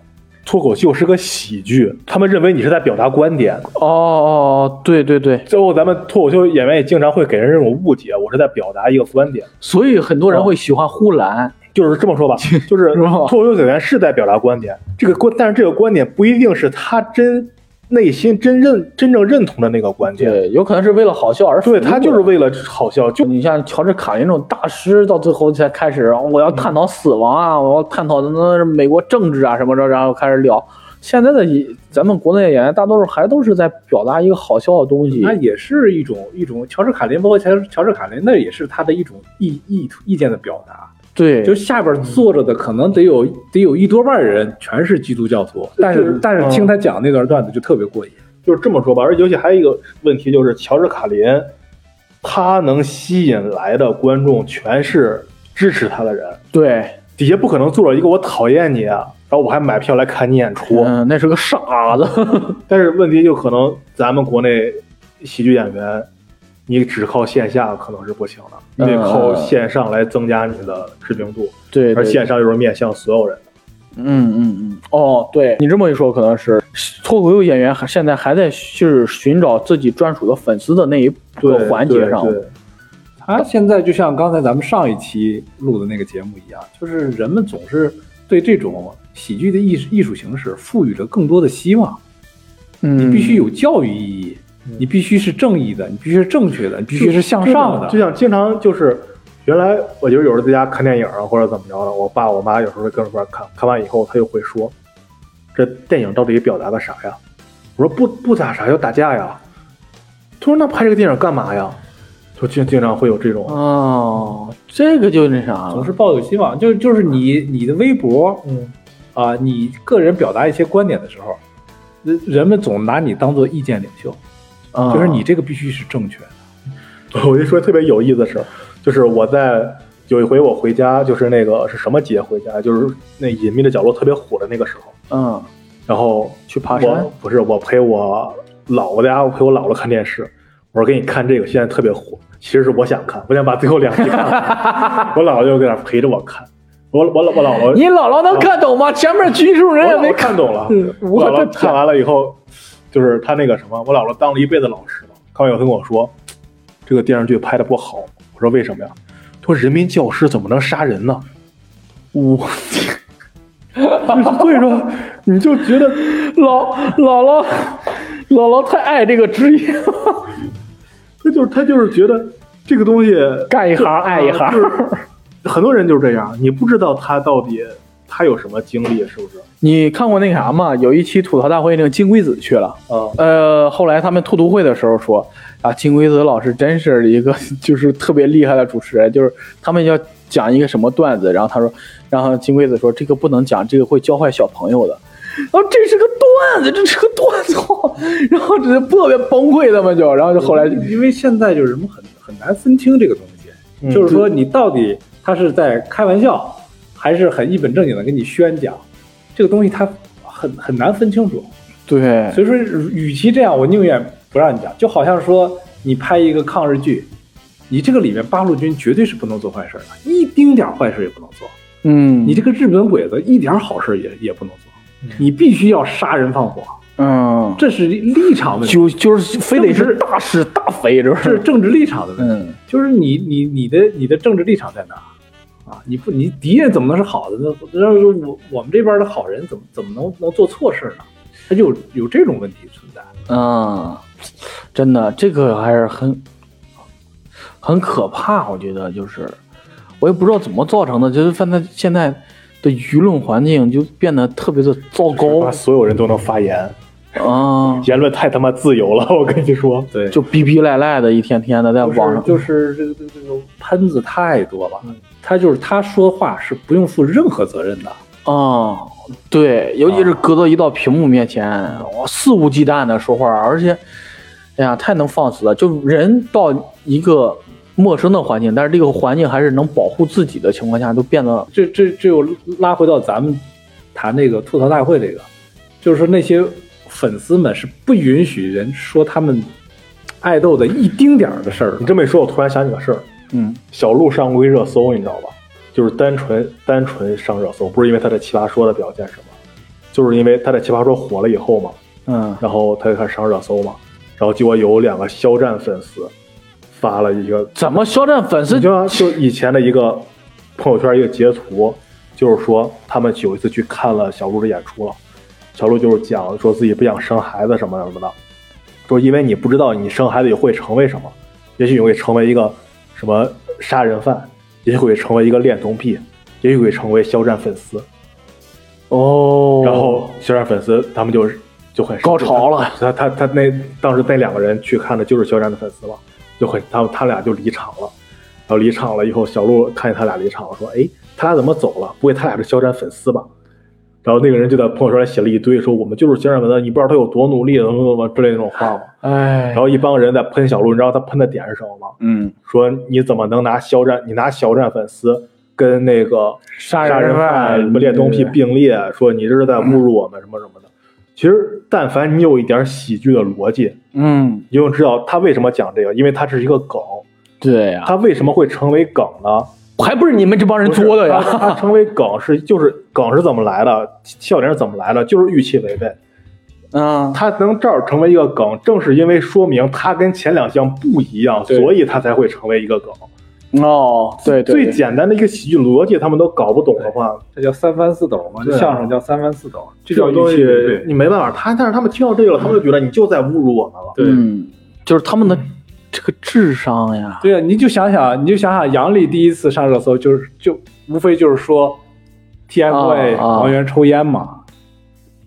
Speaker 1: 脱口秀是个喜剧，他们认为你是在表达观点。
Speaker 2: 哦哦，对对对，
Speaker 1: 最后，咱们脱口秀演员也经常会给人这种误解，我是在表达一个观点。
Speaker 2: 所以很多人会喜欢呼兰，
Speaker 1: 就是这么说吧，就是
Speaker 2: 是吧
Speaker 1: 脱口秀演员是在表达观点，这个观，但是这个观点不一定是他真内心真认真正认同的那个观点。
Speaker 2: 对，有可能是为了好笑而
Speaker 1: 对
Speaker 2: 服务
Speaker 1: 他就是为了好笑，就
Speaker 2: 你像乔治卡林这种大师，到最后才开始，我要探讨死亡啊，我要探讨那美国政治啊什么的，然后开始聊。现在的以咱们国内的演员，大多数还都是在表达一个好笑的东西
Speaker 3: 他。也是一种一种乔治卡林，包括乔治乔治卡林，那也是他的一种意意意见的表达。
Speaker 2: 对，
Speaker 3: 就下边坐着的可能得有得有一多半人全是基督教徒，但
Speaker 1: 就是
Speaker 3: 是但是
Speaker 1: 嗯
Speaker 3: 听他讲那段段子就特别过瘾。
Speaker 1: 就是这么说吧。而尤其还有一个问题就是，乔治卡林，他能吸引来的观众全是支持他的人，
Speaker 2: 对，
Speaker 1: 底下不可能坐着一个我讨厌你啊，然后我还买票来看你演出。
Speaker 2: 嗯，那是个傻子。
Speaker 1: 但是问题就可能咱们国内喜剧演员，你只靠线下可能是不行的，
Speaker 2: 嗯
Speaker 1: 你得靠线上来增加你的知名度，
Speaker 2: 对，
Speaker 1: 而
Speaker 2: 对
Speaker 1: 线上又是面向所有人的。
Speaker 2: 嗯嗯嗯，哦，对你这么一说，可能是脱口秀演员还现在还在就是寻找自己专属的粉丝的那一
Speaker 1: 对
Speaker 2: 个环节上。
Speaker 1: 对对
Speaker 3: 他现在就像刚才咱们上一期录的那个节目一样，就是人们总是对这种喜剧的艺艺术形式赋予了更多的希望。
Speaker 2: 嗯，
Speaker 3: 你必须有教育意义，你必须是正义的，你必须是正确的，你必须是向上
Speaker 1: 就
Speaker 3: 的。
Speaker 1: 像经常就是。原来我就是有时候在家看电影啊，或者怎么着的，我爸我妈有时候会跟我一块儿看，看完以后他就会说，这电影到底表达个啥呀？我说不不咋啥，要打架呀。他说那拍这个电影干嘛呀？就经经常会有这种，
Speaker 2: 哦，这个就那啥
Speaker 3: 总
Speaker 2: 了
Speaker 3: 是。抱有希望，就就是你你的微博
Speaker 1: 嗯，
Speaker 3: 啊、你个人表达一些观点的时候，人人们总拿你当做意见领袖，
Speaker 2: 啊
Speaker 3: 就是你这个必须是正确 的。
Speaker 1: 我就说特别有意思的事儿，就是我在有一回我回家，就是那个是什么节回家，就是那隐秘的角落特别火的那个时候，
Speaker 2: 嗯，
Speaker 1: 然后
Speaker 2: 去爬山
Speaker 1: 我不是我陪我姥姥在家，我陪我姥姥看电视，我说给你看这个，现在特别火，其实是我想看，我想把最后两集看完， 我姥姥就在那陪着我看，我我我姥姥
Speaker 2: 你姥姥能看懂吗？前面叙述人也
Speaker 1: 我
Speaker 2: 没
Speaker 1: 哎没看嗯懂了，
Speaker 2: 我
Speaker 1: 姥
Speaker 2: 的
Speaker 1: 姥看
Speaker 2: 天，
Speaker 1: 完了以后，就是他那个什么，我姥姥当了一辈子老师了。看完以后跟我说，这个电视剧拍的不好。我说为什么呀？他说人民教师怎么能杀人呢？我，所以说你就觉得
Speaker 2: 姥姥姥姥姥姥太爱这个职业，
Speaker 1: 他就是 他就是觉得这个东西
Speaker 2: 干一行爱一行。
Speaker 1: 很多人就是这样，你不知道他到底他有什么经历，是不是？
Speaker 2: 你看过那啥吗？有一期吐槽大会，那个金龟子去了。
Speaker 1: 啊、
Speaker 2: 呃，后来他们兔兔会的时候说，啊，金龟子老师真是一个 就是特别厉害的主持人，就是他们要讲一个什么段子，然后他说，然后金龟子说这个不能讲，这个会教坏小朋友的。然后这是个段子，这是个段子，然后这特别崩溃，他们就，然后就后来就
Speaker 3: 因为现在就是人们很很难分清这个东西，
Speaker 1: 嗯
Speaker 3: 就是说你到底他是在开玩笑，还是很一本正经的跟你宣讲，这个东西他很很难分清楚。
Speaker 2: 嗯对，
Speaker 3: 所以说，与其这样，我宁愿不让你讲。就好像说你拍一个抗日剧，你这个里面八路军绝对是不能做坏事的，一丁点儿坏事也不能做。
Speaker 2: 嗯，
Speaker 3: 你
Speaker 1: 嗯
Speaker 3: 这个日本鬼子一点儿好事也也不能做，你必须要杀人放火。
Speaker 2: 嗯，
Speaker 3: 这是立场问题，
Speaker 2: 就就是非得
Speaker 3: 就是是
Speaker 2: 大是大非，这
Speaker 3: 这是
Speaker 2: 是
Speaker 3: 政治立场的问题。
Speaker 2: 嗯，
Speaker 3: 就是你你你的你的政治立场在哪啊？你不你敌人怎么能是好的呢？要是我我们这边的好人怎么怎么能能做错事呢？他就有有这种问题存在。
Speaker 2: 嗯，真的，这个还是很很可怕。我觉得就是，我也不知道怎么造成的，就是现在现在的舆论环境就变得特别的糟糕
Speaker 1: 把所有人都能发言，
Speaker 2: 啊，
Speaker 1: 言论太他妈自由了，我跟你说。
Speaker 3: 对
Speaker 2: 就逼逼赖赖的，一天天的在
Speaker 3: 就是
Speaker 2: 啊网上，嗯
Speaker 3: 就是 这个这个这个喷子太多了，他就是他说话是不用负任何责任的。
Speaker 2: 啊、对，尤其是搁到一道屏幕面前，我、肆无忌惮的说话，而且，哎呀，太能放肆了。就人到一个陌生的环境，但是这个环境还是能保护自己的情况下，都变得
Speaker 3: 这这这又拉回到咱们谈那个吐槽大会这个，就是说那些粉丝们是不允许人说他们爱豆的一丁点儿的事儿的
Speaker 1: 你。这么一说，我突然想起个事儿，
Speaker 2: 嗯
Speaker 1: 小鹿上过一热搜，你知道吧？就是单纯单纯上热搜，不是因为他的奇葩说的表现什么，就是因为他的奇葩说火了以后嘛，
Speaker 2: 嗯
Speaker 1: 然后他就开始上热搜嘛，然后结果有两个肖战粉丝发了一个，
Speaker 2: 怎么肖战粉丝
Speaker 1: 你就像就以前的一个朋友圈一个截图，就是说他们有一次去看了小鹿的演出了，小鹿就是讲说自己不想生孩子什么什么的，说因为你不知道你生孩子以后会成为什么，也许你会成为一个什么杀人犯，也许会成为一个恋童癖，也许会成为肖战粉丝，
Speaker 2: 哦，
Speaker 1: 然后肖战粉丝他们就是就很
Speaker 2: 高潮了，
Speaker 1: 他他他那当时那两个人去看的就是肖战的粉丝嘛，就很他他俩就离场了，然后离场了以后，小鹿看见他俩离场了，说：“哎，他俩怎么走了？不会他俩是肖战粉丝吧？”然后那个人就在朋友圈里写了一堆说我们就是肖战粉丝，你不知道他有多努力，怎么怎么之类的那种话嘛。
Speaker 2: 哎
Speaker 1: 然，后一帮人在喷小鹿，你知道他喷的点是什么吗？
Speaker 2: 嗯，
Speaker 1: 说你怎么能拿肖战，你拿肖战粉丝跟那个
Speaker 2: 杀
Speaker 1: 杀人犯、什么恋童癖
Speaker 2: 对
Speaker 1: 并列，说你这是在侮辱我们什么什么的。其实，但凡你有一点喜剧的逻辑，
Speaker 2: 嗯，
Speaker 1: 你就知道他为什么讲这个，因为它是一个梗。
Speaker 2: 对呀、
Speaker 1: 它为什么会成为梗呢？
Speaker 2: 还不是你们这帮人作
Speaker 1: 不
Speaker 2: 的
Speaker 1: 是
Speaker 2: 呀，
Speaker 1: 它它成为梗是就是梗是怎么来的，笑点是怎么来的，就是预期违背。
Speaker 2: 嗯，
Speaker 1: 它能这儿成为一个梗，正是因为说明它跟前两项不一样，
Speaker 3: 对
Speaker 1: 所以它才会成为一个梗。
Speaker 2: 哦，对对，
Speaker 1: 最简单的一个喜剧逻辑，他们都搞不懂的话，
Speaker 3: 这叫三番四斗嘛，
Speaker 1: 对啊
Speaker 3: 相声叫三番四斗，这
Speaker 1: 这
Speaker 3: 叫
Speaker 1: 种东
Speaker 3: 预期
Speaker 1: 西
Speaker 3: 违背
Speaker 1: 你没办法。他但是他们听到这个了，他们就觉得你就在侮辱我们了。
Speaker 3: 对
Speaker 2: 嗯，就是他们的这个智商呀，
Speaker 3: 对啊，你就想想，你就想想杨笠第一次上热搜，就是就无非就是说 TFBOY
Speaker 2: 啊啊
Speaker 3: 王源抽烟嘛，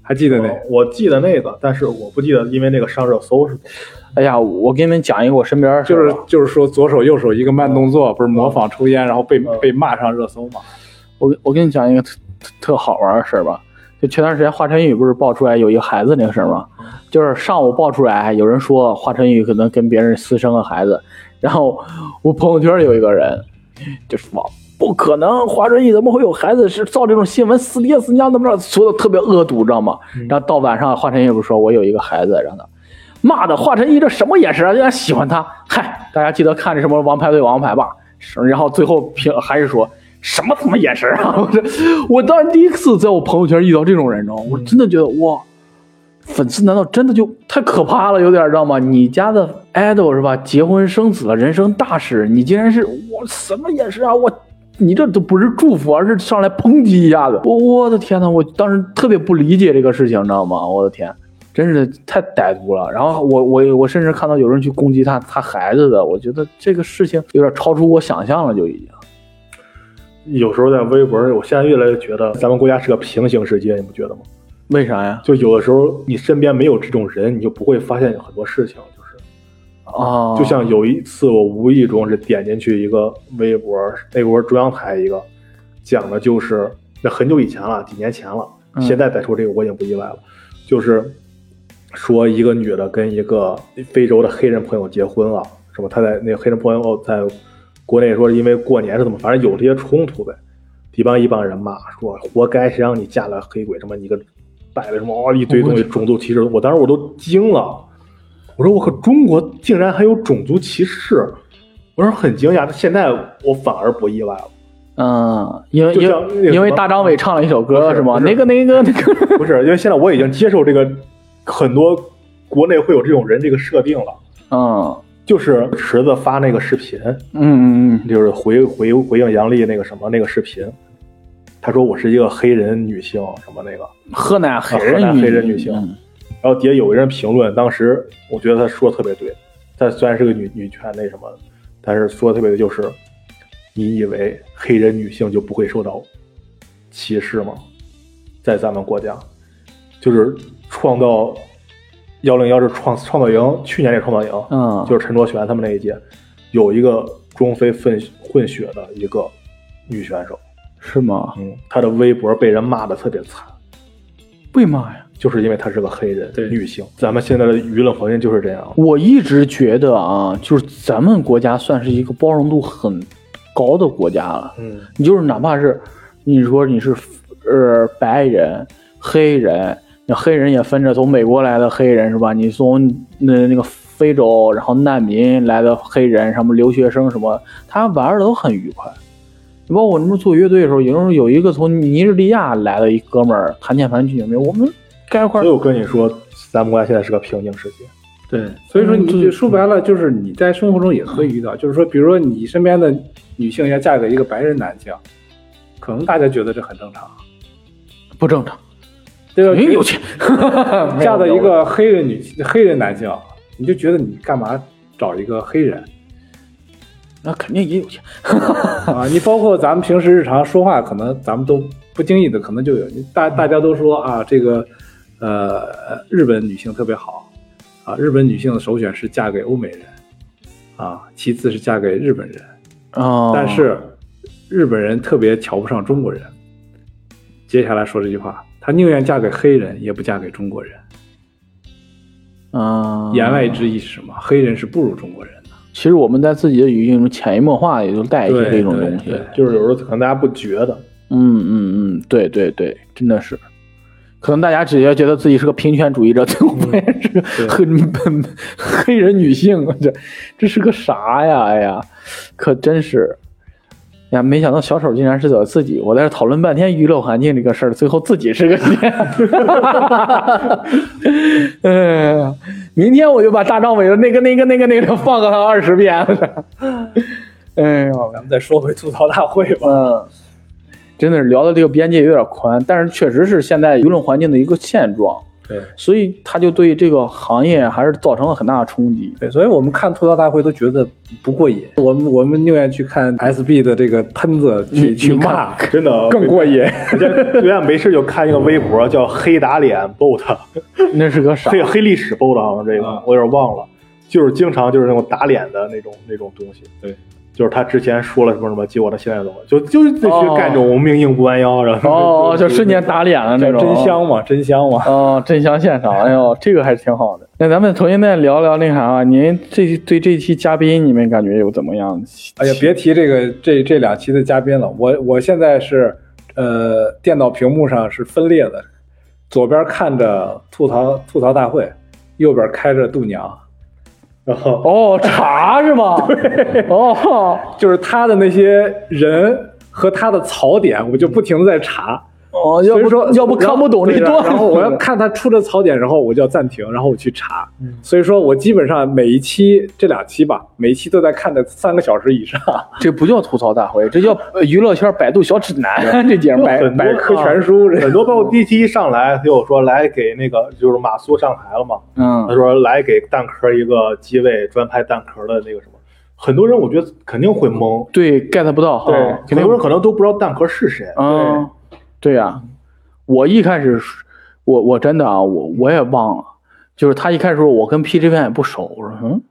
Speaker 3: 还记得那
Speaker 1: 我我记得那个，但是我不记得因为那个上热搜是怎么
Speaker 2: 哎呀，我给你们讲一个我身边的事
Speaker 3: 就
Speaker 2: 儿啊
Speaker 3: 是
Speaker 2: 吧
Speaker 3: 就是说左手右手一个慢动作，不是模仿抽烟，然后被被骂上热搜嘛？
Speaker 2: 我我给你讲一个特特特好玩的事儿吧。就前段时间华晨宇不是爆出来有一个孩子那个事儿吗？就是上午爆出来，有人说华晨宇可能跟别人私生个孩子，然后我朋友圈有一个人就说不可能，华晨宇怎么会有孩子？是造这种新闻，死爹死娘怎么着？说的特别恶毒，知道吗？然后到晚上，华晨宇不是说我有一个孩子，然后呢骂的华晨宇这什么眼神啊？人家喜欢他，嗨，大家记得看这什么《王牌对王牌》吧。是然后最后评还是说什么他妈眼神啊！ 我这我当时第一次在我朋友圈遇到这种人，你知道吗？我真的觉得哇，粉丝难道真的就太可怕了？有点知道吗？你家的 idol 是吧？结婚生子了，人生大事，你竟然是我什么眼神啊！我你这都不是祝福，而是上来抨击一下子。我我的天呐，我当时特别不理解这个事情，你知道吗？我的天，真是太歹毒了。然后我我我甚至看到有人去攻击他他孩子的，我觉得这个事情有点超出我想象了，就已经。
Speaker 1: 有时候在微博，我现在越来越觉得咱们国家是个平行世界，你不觉得吗？
Speaker 2: 为啥呀？
Speaker 1: 就有的时候你身边没有这种人，你就不会发现有很多事情。就是，
Speaker 2: 啊，
Speaker 1: 就像有一次我无意中是点进去一个微博，那会儿中央台一个讲的就是那很久以前了，几年前了，
Speaker 2: 嗯
Speaker 1: 现在再说这个我已经不意外了，就是说一个女的跟一个非洲的黑人朋友结婚了，什么她在那个黑人朋友在国内说是因为过年是怎么，反正有这些冲突呗，一帮一帮人骂说活该谁让你嫁了黑鬼，什么你个摆了什么哦一堆东西种族歧视，我当时我都惊了，我说我靠，中国竟然还有种族歧视，我说很惊讶，现在我反而不意外了。
Speaker 2: 嗯，因为
Speaker 1: 就
Speaker 2: 因
Speaker 1: 像那个
Speaker 2: 为
Speaker 1: 什么
Speaker 2: 因为大张伟唱了一首歌
Speaker 1: 不是不
Speaker 2: 吗？
Speaker 1: 是
Speaker 2: 那个那个那个，
Speaker 1: 不是，因为现在我已经接受这个很多国内会有这种人这个设定了，
Speaker 2: 嗯
Speaker 1: 就是池子发那个视频，
Speaker 2: 嗯嗯
Speaker 1: 就是回回回应杨笠那个什么那个视频，他说我是一个黑人女性什么那个，
Speaker 2: 嗯，河南黑
Speaker 1: 河
Speaker 2: 人
Speaker 1: 南
Speaker 2: 女
Speaker 1: 黑人女性
Speaker 2: 嗯
Speaker 1: 然后底下有个人评论，当时我觉得他说的特别对，他虽然是个女女权那什么，但是说的特别对，就是你以为黑人女性就不会受到歧视吗？在咱们国家，就是创造幺零幺是创创造营，去年这创造营，
Speaker 2: 嗯，
Speaker 3: 啊
Speaker 1: 就是陈卓璇他们那一届，有一个中非混混血的一个女选手，
Speaker 3: 啊
Speaker 2: 是吗？
Speaker 1: 嗯，她的微博被人骂的特别惨，
Speaker 2: 为嘛呀？
Speaker 1: 就是因为她是个黑人
Speaker 3: 对嗯
Speaker 1: 女性。咱们现在的舆论环境就是这样，
Speaker 2: 我一直觉得啊，就是咱们国家算是一个包容度很高的国家了。
Speaker 1: 嗯，
Speaker 2: 你就是哪怕是你说你是呃白人、黑人，那黑人也分着从美国来的黑人是吧？你从那那个非洲，然后难民来的黑人，什么留学生什么，他玩的都很愉快。包括我那时候做乐队的时候，有时候有一个从尼日利亚来的一哥们儿弹键盘曲名，我们该一块
Speaker 1: 所
Speaker 2: 儿
Speaker 1: 以我跟你说，咱们国家现在是个平行世界。
Speaker 3: 对，所以说你就说白了，就是你在生活中也会遇到，就是说，比如说你身边的女性要嫁给一个白人男性，可能大家觉得这很正常，
Speaker 2: 不正常，
Speaker 3: 对吧？
Speaker 2: 肯定有钱，
Speaker 3: 嫁到一个黑人女黑人男性，你就觉得你干嘛找一个黑人
Speaker 2: 那肯定也有钱。
Speaker 3: 啊？你包括咱们平时日常说话，可能咱们都不经意的，可能就有大大家都说啊，这个呃日本女性特别好啊，日本女性的首选是嫁给欧美人啊，其次是嫁给日本人。
Speaker 2: 啊，
Speaker 3: 但是日本人特别瞧不上中国人。接下来说这句话，他宁愿嫁给黑人，也不嫁给中国人。
Speaker 2: 啊，
Speaker 3: 言外之意是什么？黑人是不如中国人的。
Speaker 2: 其实我们在自己的语境中潜移默化也就带一些
Speaker 3: 对
Speaker 2: 这种东西
Speaker 3: 对。对
Speaker 1: 就是有时候可能大家不觉得，
Speaker 2: 嗯嗯嗯，对对对，真的是。可能大家只要觉得自己是个平权主义者，最后发现是个黑本黑人女性，这这是个啥呀？哎呀，可真是哎呀！没想到小丑竟然是我自己，我在这讨论半天娱乐环境这个事儿，最后自己是个这样。 哎呀，明天我就把大张伟的那个、那个、那个、那个放个二十遍。 哎呀，
Speaker 3: 咱们再说回吐槽大会吧。
Speaker 2: 嗯，真的是聊的这个边界有点宽，但是确实是现在舆论环境的一个现状，
Speaker 3: 对
Speaker 2: 所以它就对这个行业还是造成了很大的冲击。
Speaker 3: 对，所以我们看吐槽大会都觉得不过瘾，我们我们宁愿去看 SB 的这个喷子去去骂，
Speaker 1: 真的
Speaker 3: 更过瘾。
Speaker 1: 我现在我现在没事就看一个微博叫“黑打脸 bot”，
Speaker 2: 那是个啥？
Speaker 1: 黑黑历史 bot 好像这个
Speaker 3: 啊
Speaker 1: 我有点忘了，就是经常就是那种打脸的那种那种东西。
Speaker 3: 对，
Speaker 1: 就是他之前说了什么什么，结果他现在怎么就就那
Speaker 3: 哦
Speaker 1: 些干这种命硬不弯腰，然后
Speaker 2: 哦，就瞬间打脸了那
Speaker 3: 叫
Speaker 2: 种。
Speaker 3: 真香嘛，真香嘛。
Speaker 2: 哦，真香现场，哎呦，这个还是挺好的。那咱们重新再聊聊那啥、啊，您这对这期嘉宾你们感觉有怎么样？
Speaker 3: 哎呀，别提这个这这两期的嘉宾了，我我现在是，呃，电脑屏幕上是分裂的，左边看着吐槽吐槽大会，右边开着度娘，
Speaker 1: 然后
Speaker 2: 哦，茶是 吧？哦，
Speaker 3: 就是他的那些人和他的槽点，我就不停的在查，
Speaker 2: 哦，要
Speaker 3: 所以
Speaker 2: 不
Speaker 3: 说
Speaker 2: 要不看不懂那
Speaker 3: 对啊
Speaker 2: 段，
Speaker 3: 然后我要看他出的槽点，然后我就要暂停，然后我去查，
Speaker 2: 嗯
Speaker 3: 所以说我基本上每一期这两期吧，每一期都在看的三个小时以上，
Speaker 2: 这不叫吐槽大会，这叫呃娱乐圈百度小指南。 这节目
Speaker 3: 百
Speaker 1: 很多
Speaker 3: 百科
Speaker 1: 啊
Speaker 3: 全书这
Speaker 1: 很多包括第一期一上来他就说来给那个就是马苏上台了嘛，他
Speaker 2: 嗯，
Speaker 1: 说来给蛋壳一个机位，专拍蛋壳的那个什么，很多人我觉得肯定会懵，
Speaker 2: 对，get 不到，
Speaker 1: 对，
Speaker 2: 肯
Speaker 1: 很
Speaker 2: 定
Speaker 1: 多人可能都不知道蛋壳是谁，
Speaker 2: 嗯，对呀、我一开始是，我我真的啊，我我也忘了，就是他一开始说我跟 PG 片也不熟，我说嗯，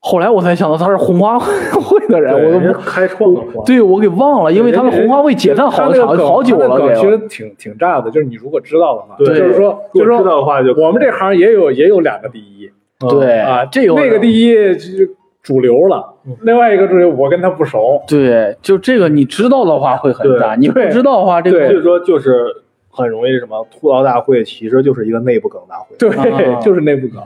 Speaker 2: 后来我才想到他是红花会 的人，
Speaker 1: 对
Speaker 2: 我
Speaker 1: 人
Speaker 2: 都
Speaker 1: 家开创的话，
Speaker 2: 对我给忘了，因为他们红花会解散好
Speaker 3: 他那
Speaker 2: 长
Speaker 3: 个梗
Speaker 2: 好久
Speaker 3: 他那
Speaker 2: 了，
Speaker 3: 个梗其
Speaker 2: 给
Speaker 3: 实挺挺炸的，就是你如果知道的话，
Speaker 1: 对
Speaker 3: 就是说，
Speaker 1: 如果
Speaker 3: 就是
Speaker 1: 知道
Speaker 3: 说
Speaker 1: 的话就
Speaker 3: 我们这行也有也有两个第一
Speaker 1: 嗯
Speaker 2: 对
Speaker 3: 啊，
Speaker 2: 哎这有
Speaker 3: 那个
Speaker 2: 地
Speaker 3: 第一就是主流了
Speaker 1: 嗯，
Speaker 3: 另外一个主流我跟他 不熟，
Speaker 2: 对，就这个你知道的话会很
Speaker 1: 对
Speaker 2: 大，你不
Speaker 3: 对
Speaker 2: 知道的话这个
Speaker 1: 所以说就是很容易什么吐槽大会，其实就是一个内部梗大会。
Speaker 3: 对
Speaker 2: 啊，
Speaker 3: 就是内部梗，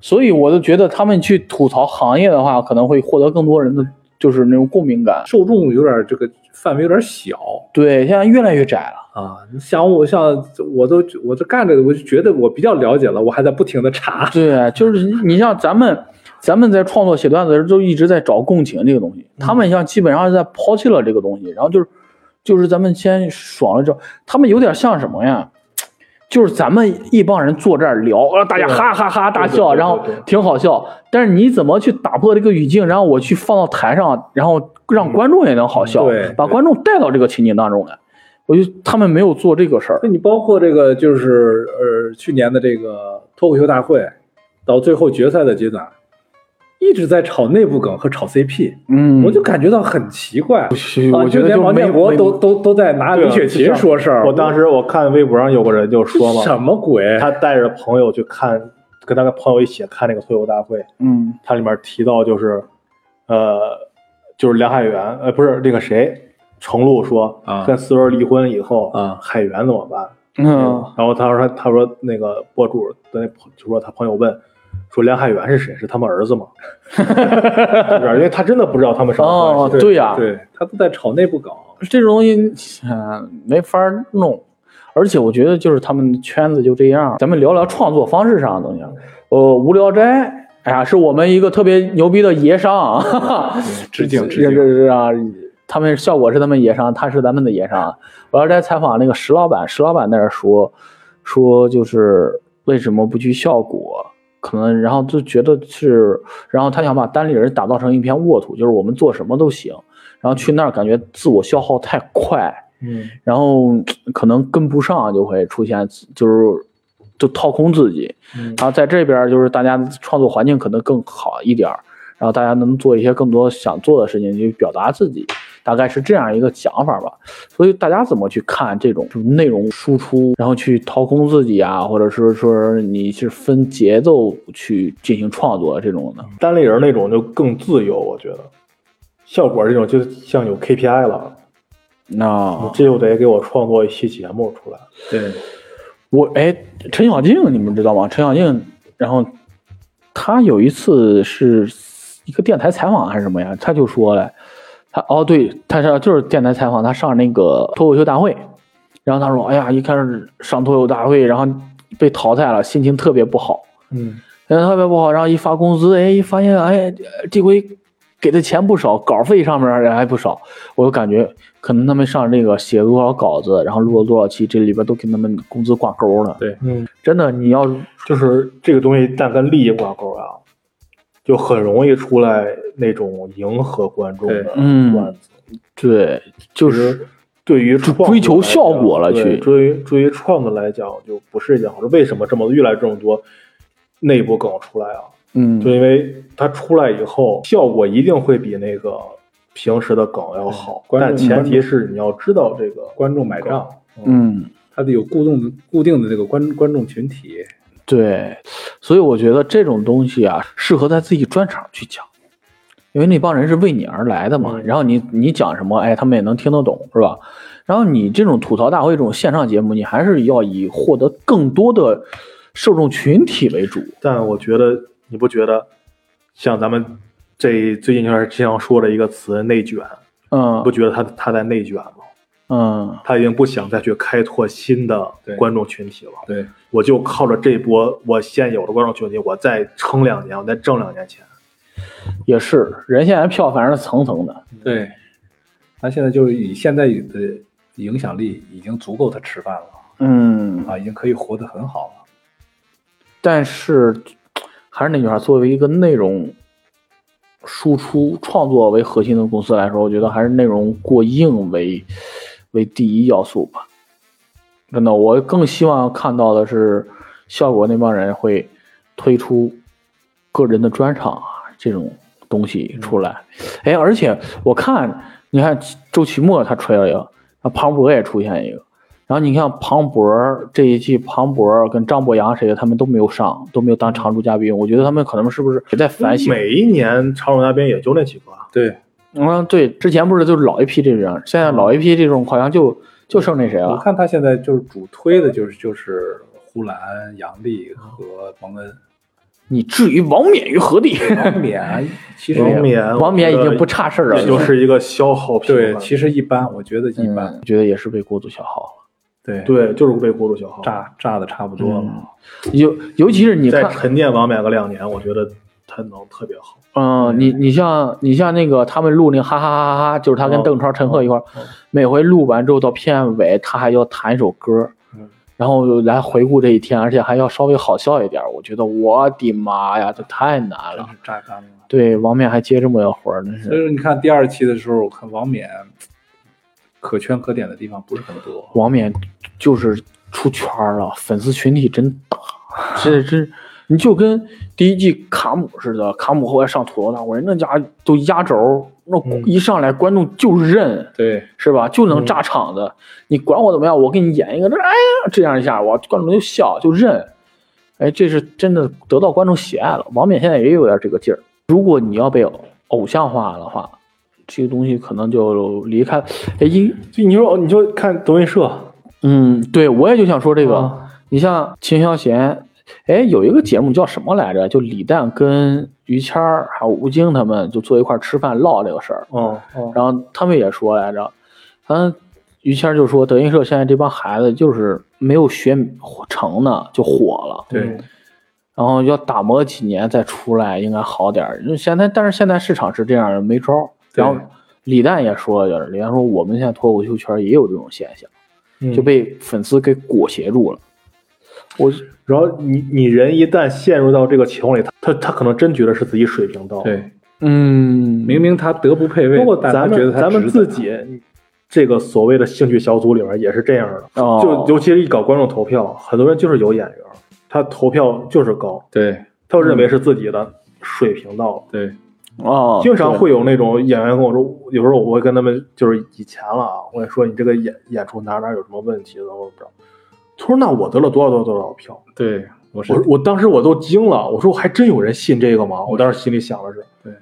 Speaker 2: 所以我就觉得他们去吐槽行业的话，可能会获得更多人的就是那种共鸣感。
Speaker 3: 受众有点这个范围有点小
Speaker 2: 对，现在越来越窄了。
Speaker 3: 啊。你想我像我都我都干这个，我就觉得我比较了解了，我还在不停的查。
Speaker 2: 对，就是你你像咱们，咱们在创作写段子的时候，就一直在找共情这个东西。他们像基本上是在抛弃了这个东西，然后就是，就是咱们先爽了之后，他们有点像什么呀？就是咱们一帮人坐这儿聊，啊，大家
Speaker 1: 对
Speaker 2: 哈哈哈大
Speaker 1: 对对
Speaker 2: 笑，
Speaker 1: 对
Speaker 2: 然后
Speaker 1: 对对
Speaker 2: 挺好笑。但是你怎么去打破这个语境，然后我去放到台上，然后让观众也能好笑，
Speaker 3: 对
Speaker 2: 把
Speaker 3: 对
Speaker 2: 观众带到这个情景当中来。我就他们没有做这个事儿，
Speaker 3: 那你包括这个就是呃去年的这个脱口秀大会，到最后决赛的阶段，一直在炒内部梗和炒 CP，、
Speaker 2: 嗯
Speaker 3: 我就感觉到很奇怪。
Speaker 2: 我觉
Speaker 3: 啊就
Speaker 2: 得
Speaker 3: 连
Speaker 2: 就
Speaker 3: 王
Speaker 2: 没
Speaker 3: 建国
Speaker 2: 没
Speaker 3: 都都都在拿
Speaker 1: 对
Speaker 3: 李
Speaker 1: 啊
Speaker 3: 雪琴说事儿，
Speaker 1: 我当时我看微博上有个人就说
Speaker 3: 这什
Speaker 1: 嘛，
Speaker 3: 么鬼？
Speaker 1: 他带着朋友去看，跟他的朋友一起看那个脱口大会，
Speaker 2: 嗯
Speaker 1: 它里面提到就是，呃，就是梁海源，呃，不是那个谁，程璐说
Speaker 3: 啊
Speaker 1: 跟思文离婚以后
Speaker 3: 啊
Speaker 1: 海源怎么办？
Speaker 2: 嗯
Speaker 1: 然后他说他说那个博主的那朋就说他朋友问说梁海源是谁？是他们儿子 吗？是不是因为他真的不知道他们什么
Speaker 2: 哦
Speaker 1: 关系。
Speaker 2: 对呀、
Speaker 3: 对他都在炒内部梗。
Speaker 2: 这种东西，呃，没法儿弄。而且我觉得就是他们圈子就这样。咱们聊聊创作方式上的东西啊。呃，无聊斋，哎呀，是我们一个特别牛逼的爷商，啊哈哈
Speaker 3: 致敬致
Speaker 2: 这
Speaker 3: 敬
Speaker 2: 这这啊，他们效果是他们爷商，他是咱们的爷商。无聊斋采访那个石老板，石老板在那儿说说就是为什么不去效果。可能，然后就觉得是，然后他想把单立人打造成一片沃土，就是我们做什么都行，然后去那儿感觉自我消耗太快，
Speaker 1: 嗯，
Speaker 2: 然后嗯可能跟不上，就会出现就是就掏空自己。
Speaker 1: 嗯
Speaker 2: 然后在这边儿就是大家创作环境可能更好一点儿，然后大家能做一些更多想做的事情，去表达自己，大概是这样一个想法吧。所以大家怎么去看这种就是内容输出，然后去掏空自己啊，或者是说你是分节奏去进行创作这种呢？
Speaker 1: 单立人那种就更自由，我觉得。效果这种就像有 KPI 了，
Speaker 2: 那哦
Speaker 1: 你这就得给我创作一期节目出来。
Speaker 3: 对，
Speaker 2: 我哎，陈小静，你们知道吗？陈小静，然后她有一次是一个电台采访还是什么呀？她就说了，她哦，对，她是就是电台采访，她上那个脱口秀大会，然后她说，哎呀，一开始上脱口秀大会，然后被淘汰了，心情特别不好，
Speaker 1: 嗯，
Speaker 2: 心情特别不好，然后一发工资，哎，一发现，哎，这回给的钱不少，稿费上面还不少，我就感觉可能他们上这个写多少稿子，然后录了多少期，这里边都跟他们工资挂钩呢。
Speaker 1: 嗯，
Speaker 2: 真的，你要
Speaker 1: 就是这个东西，但跟利益挂钩啊，就很容易出来那种迎合观众的
Speaker 3: 对
Speaker 2: 嗯
Speaker 1: 段子。
Speaker 2: 对，就是
Speaker 1: 对于创作
Speaker 2: 追求
Speaker 1: 来讲
Speaker 2: 效果了
Speaker 1: 对
Speaker 2: 去
Speaker 1: 追追于创作来讲，就不是一件好事。为什么这么越来这么多内部梗出来啊？
Speaker 2: 嗯
Speaker 1: 就因为它出来以后，效果一定会比那个平时的梗要好，
Speaker 3: 观众
Speaker 1: 但前提是你要知道这个
Speaker 3: 观众买账，
Speaker 2: 嗯，
Speaker 3: 他得有固定的固定的这个观观众群体。
Speaker 2: 对，所以我觉得这种东西啊，适合在自己专场去讲，因为那帮人是为你而来的嘛。
Speaker 1: 嗯
Speaker 2: 然后你你讲什么，哎，他们也能听得懂，是吧？然后你这种吐槽大会这种线上节目，你还是要以获得更多的受众群体为主。
Speaker 1: 但我觉得你不觉得，像咱们这最近就是经常说的一个词“内卷”，
Speaker 2: 嗯
Speaker 1: 不觉得他他在内卷吗？
Speaker 2: 嗯，
Speaker 1: 他已经不想再去开拓新的观众群体了。
Speaker 3: 对，
Speaker 1: 我就靠着这波我现有的观众群体，我再撑两年，我再挣两年钱。
Speaker 2: 也是，人现在票反正是层层的。
Speaker 3: 嗯对，他现在就是以现在的影响力已经足够他吃饭了
Speaker 2: 嗯，
Speaker 3: 啊，已经可以活得很好了。
Speaker 2: 但是还是那句话，作为一个内容输出创作为核心的公司来说，我觉得还是内容过硬为为第一要素吧。真的，我更希望看到的是效果那帮人会推出个人的专场啊这种东西出来。哎，而且我看，你看周奇墨他吹了一个，那庞博也出现一个。然后你看庞博这一季，庞博跟张博洋谁的他们都没有上，都没有当常驻嘉宾。我觉得他们可能是不是也在反省？
Speaker 1: 每一年常驻嘉宾也就那几个啊，
Speaker 3: 对，
Speaker 2: 嗯，对，之前不是就是老一批这样，现在老一批这种好像就就剩那谁
Speaker 3: 我
Speaker 2: 了。
Speaker 3: 看他现在就是主推的就是就是呼兰、杨笠和蒙恩，
Speaker 2: 你至于王冕于何地？
Speaker 3: 王冕啊其实
Speaker 1: 啊王
Speaker 3: 也
Speaker 1: 冕，
Speaker 2: 王冕已经不差事儿了，
Speaker 1: 这就是啊一个消耗品
Speaker 3: 对，
Speaker 1: 了。
Speaker 3: 其实一般，我觉得一般，
Speaker 2: 嗯，觉得也是被国足消耗了。
Speaker 3: 对
Speaker 1: 对，嗯就是被锅炉消耗。
Speaker 3: 炸炸的差不多了。
Speaker 2: 尤尤其是你
Speaker 1: 再
Speaker 2: 看，
Speaker 1: 沉淀王冕个两年，我觉得他能特别好。
Speaker 2: 嗯、你你像你像那个他们录那个哈哈哈哈哈，就是他跟邓超、陈赫一块儿，每回录完之后到片尾，他还要弹一首歌，
Speaker 1: 嗯
Speaker 2: 然后来回顾这一天，而且还要稍微好笑一点儿。我觉得我的妈呀，这太难
Speaker 3: 真
Speaker 2: 了。
Speaker 3: 是榨干了。
Speaker 2: 对，王冕还接这么个活儿，真
Speaker 3: 所以
Speaker 2: 是。
Speaker 3: 说，你看第二期的时候，我看王冕可圈可点的地方不是很多。
Speaker 2: 王冕就是出圈儿了，粉丝群体真大，这真，你就跟第一季卡姆似的，卡姆后来上吐槽大会，那家都压轴，那
Speaker 1: 嗯
Speaker 2: 一上来观众就认，
Speaker 3: 对，
Speaker 2: 是吧？就能炸场子，你管我怎么样？我给你演一个，这哎呀这样一下，我观众就笑就认，哎，这是真的得到观众喜爱了。王冕现在也有点这个劲儿。如果你要被偶像化的话，这个东西可能就离开。哎，一
Speaker 1: 就你说，你就看德云社
Speaker 2: 嗯，对我也就想说这个，
Speaker 1: 啊
Speaker 2: 你像秦霄贤，哎，有一个节目叫什么来着？就李诞跟于谦儿还有吴京他们就坐一块儿吃饭唠这个事儿，
Speaker 1: 嗯嗯，
Speaker 2: 然后他们也说来着，嗯，于谦儿就说德云社现在这帮孩子就是没有学成呢，就火了，
Speaker 3: 对
Speaker 1: 嗯
Speaker 2: 然后要打磨几年再出来应该好点儿。因为现在但是现在市场是这样的，没招儿。
Speaker 3: 对
Speaker 2: 然后李诞也说了，就是李诞说我们现在脱口秀圈也有这种现象，
Speaker 1: 嗯
Speaker 2: 就被粉丝给裹挟住了。我
Speaker 1: 然后你你人一旦陷入到这个情况里，他他他可能真觉得是自己水平到了。
Speaker 3: 对，
Speaker 2: 嗯，
Speaker 3: 明明他德不配位，
Speaker 1: 包括
Speaker 3: 但
Speaker 1: 咱
Speaker 3: 他觉得
Speaker 1: 们
Speaker 3: 他
Speaker 1: 咱们
Speaker 3: 值
Speaker 1: 自
Speaker 3: 得
Speaker 1: 己这个所谓的兴趣小组里面也是这样的，
Speaker 2: 哦
Speaker 1: 就尤其是一搞观众投票，很多人就是有眼缘，他投票就是高，
Speaker 3: 对
Speaker 1: 他就认为是自己的水平到了。
Speaker 3: 对
Speaker 2: 哦，
Speaker 1: 经常会有那种演员跟我说，有时候我会跟他们就是以前了啊，我也说你这个演演出哪哪有什么问题，怎么怎么着。他说那我得了多少多少多少票，
Speaker 3: 对，我是
Speaker 1: 我我当时我都惊了，我说我还真有人信这个吗？我当时心里想的是，
Speaker 3: 对，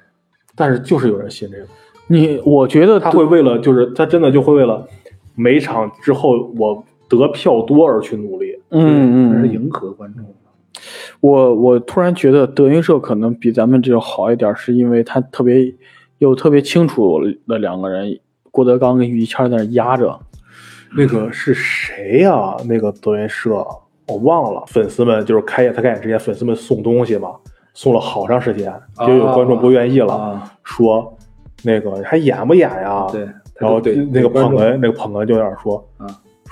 Speaker 1: 但是就是有人信这个，
Speaker 2: 对你，我觉得
Speaker 1: 他会为了就是他真的就会为了每场之后我得票多而去努力，
Speaker 2: 嗯嗯
Speaker 3: 这
Speaker 2: 嗯
Speaker 3: 是迎合观众。
Speaker 2: 我我突然觉得德云社可能比咱们这个好一点，是因为他特别有特别清楚的两个人，郭德纲跟于谦在那压着。
Speaker 1: 那个是谁呀、那个德云社我忘了，粉丝们就是开业，他开业之前，粉丝们送东西嘛，送了好长时间，
Speaker 3: 啊
Speaker 1: 就有观众不愿意了，
Speaker 3: 啊
Speaker 1: 说那个还演不演呀？
Speaker 3: 对，
Speaker 1: 然后
Speaker 3: 对
Speaker 1: 啊哦那个捧
Speaker 3: 哏
Speaker 1: 哏，那个捧哏就有点说，
Speaker 3: 啊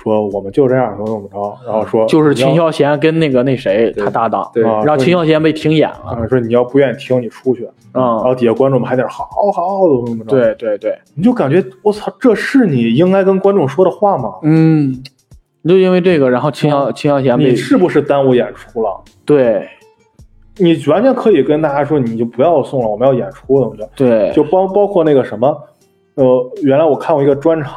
Speaker 1: 说我们就这样，怎么怎么着，然后说
Speaker 2: 就是秦
Speaker 1: 你要
Speaker 2: 霄贤跟那个那谁
Speaker 3: 对
Speaker 2: 他搭档，
Speaker 3: 对
Speaker 1: 啊
Speaker 2: 然后秦霄贤被停演了。
Speaker 1: 啊，说你要不愿意听，你出
Speaker 3: 啊
Speaker 1: 去，然
Speaker 2: 嗯，
Speaker 1: 后底下观众们还在那儿好好怎么怎么着，，
Speaker 2: 对对对，
Speaker 1: 你就感觉我操，这是你应该跟观众说的话吗？
Speaker 2: 嗯，哦就因为这个，然后秦霄秦霄贤被
Speaker 1: 你是不是耽误演出了？
Speaker 2: 对
Speaker 1: 你完全可以跟大家说，你就不要送了，我们要演出怎么着？
Speaker 2: 对，
Speaker 1: 就包包括那个什么，呃，原来我看过一个专场，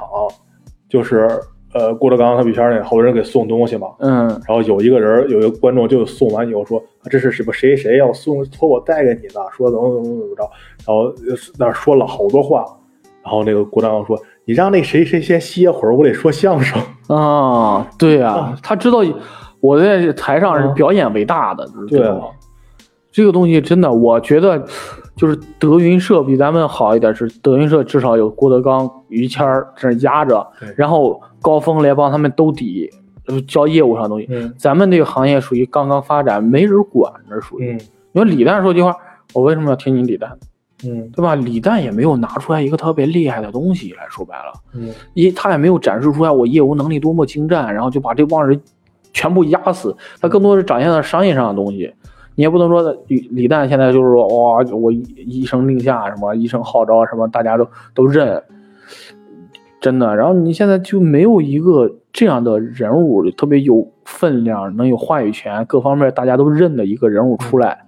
Speaker 1: 就是呃郭德纲他比圈那个好多人给送东西嘛，
Speaker 2: 嗯
Speaker 1: 然后有一个人有一个观众就送完以后说，啊这是什么谁谁要送托我带给你的，说怎么怎么怎么着，然后呃那儿说了好多话，然后那个郭德纲说，你让那谁谁先歇会儿，我得说相声。
Speaker 2: 啊，对啊，他知道我在台上是
Speaker 1: 啊
Speaker 2: 表演伟大的，
Speaker 1: 对啊
Speaker 2: 知道吗？这个东西真的，我觉得就是德云社比咱们好一点，是德云社至少有郭德纲、于谦儿这压着
Speaker 3: 对，
Speaker 2: 然后高峰、联邦他们兜底，呃教业务上的东西。
Speaker 1: 嗯
Speaker 2: 咱们这个行业属于刚刚发展，没人管着，属于。
Speaker 1: 嗯
Speaker 2: 你说李诞说句话，我为什么要听你李诞，
Speaker 1: 嗯
Speaker 2: 对吧？李诞也没有拿出来一个特别厉害的东西来说白了，
Speaker 1: 嗯
Speaker 2: 一他也没有展示出来我业务能力多么精湛，然后就把这帮人全部压死。他更多是展现了商业上的东西。你也不能说李李诞现在就是说哇、我一一声令下，什么一声号召，什么大家都都认，真的。然后你现在就没有一个这样的人物特别有分量，能有话语权，各方面大家都认的一个人物出来，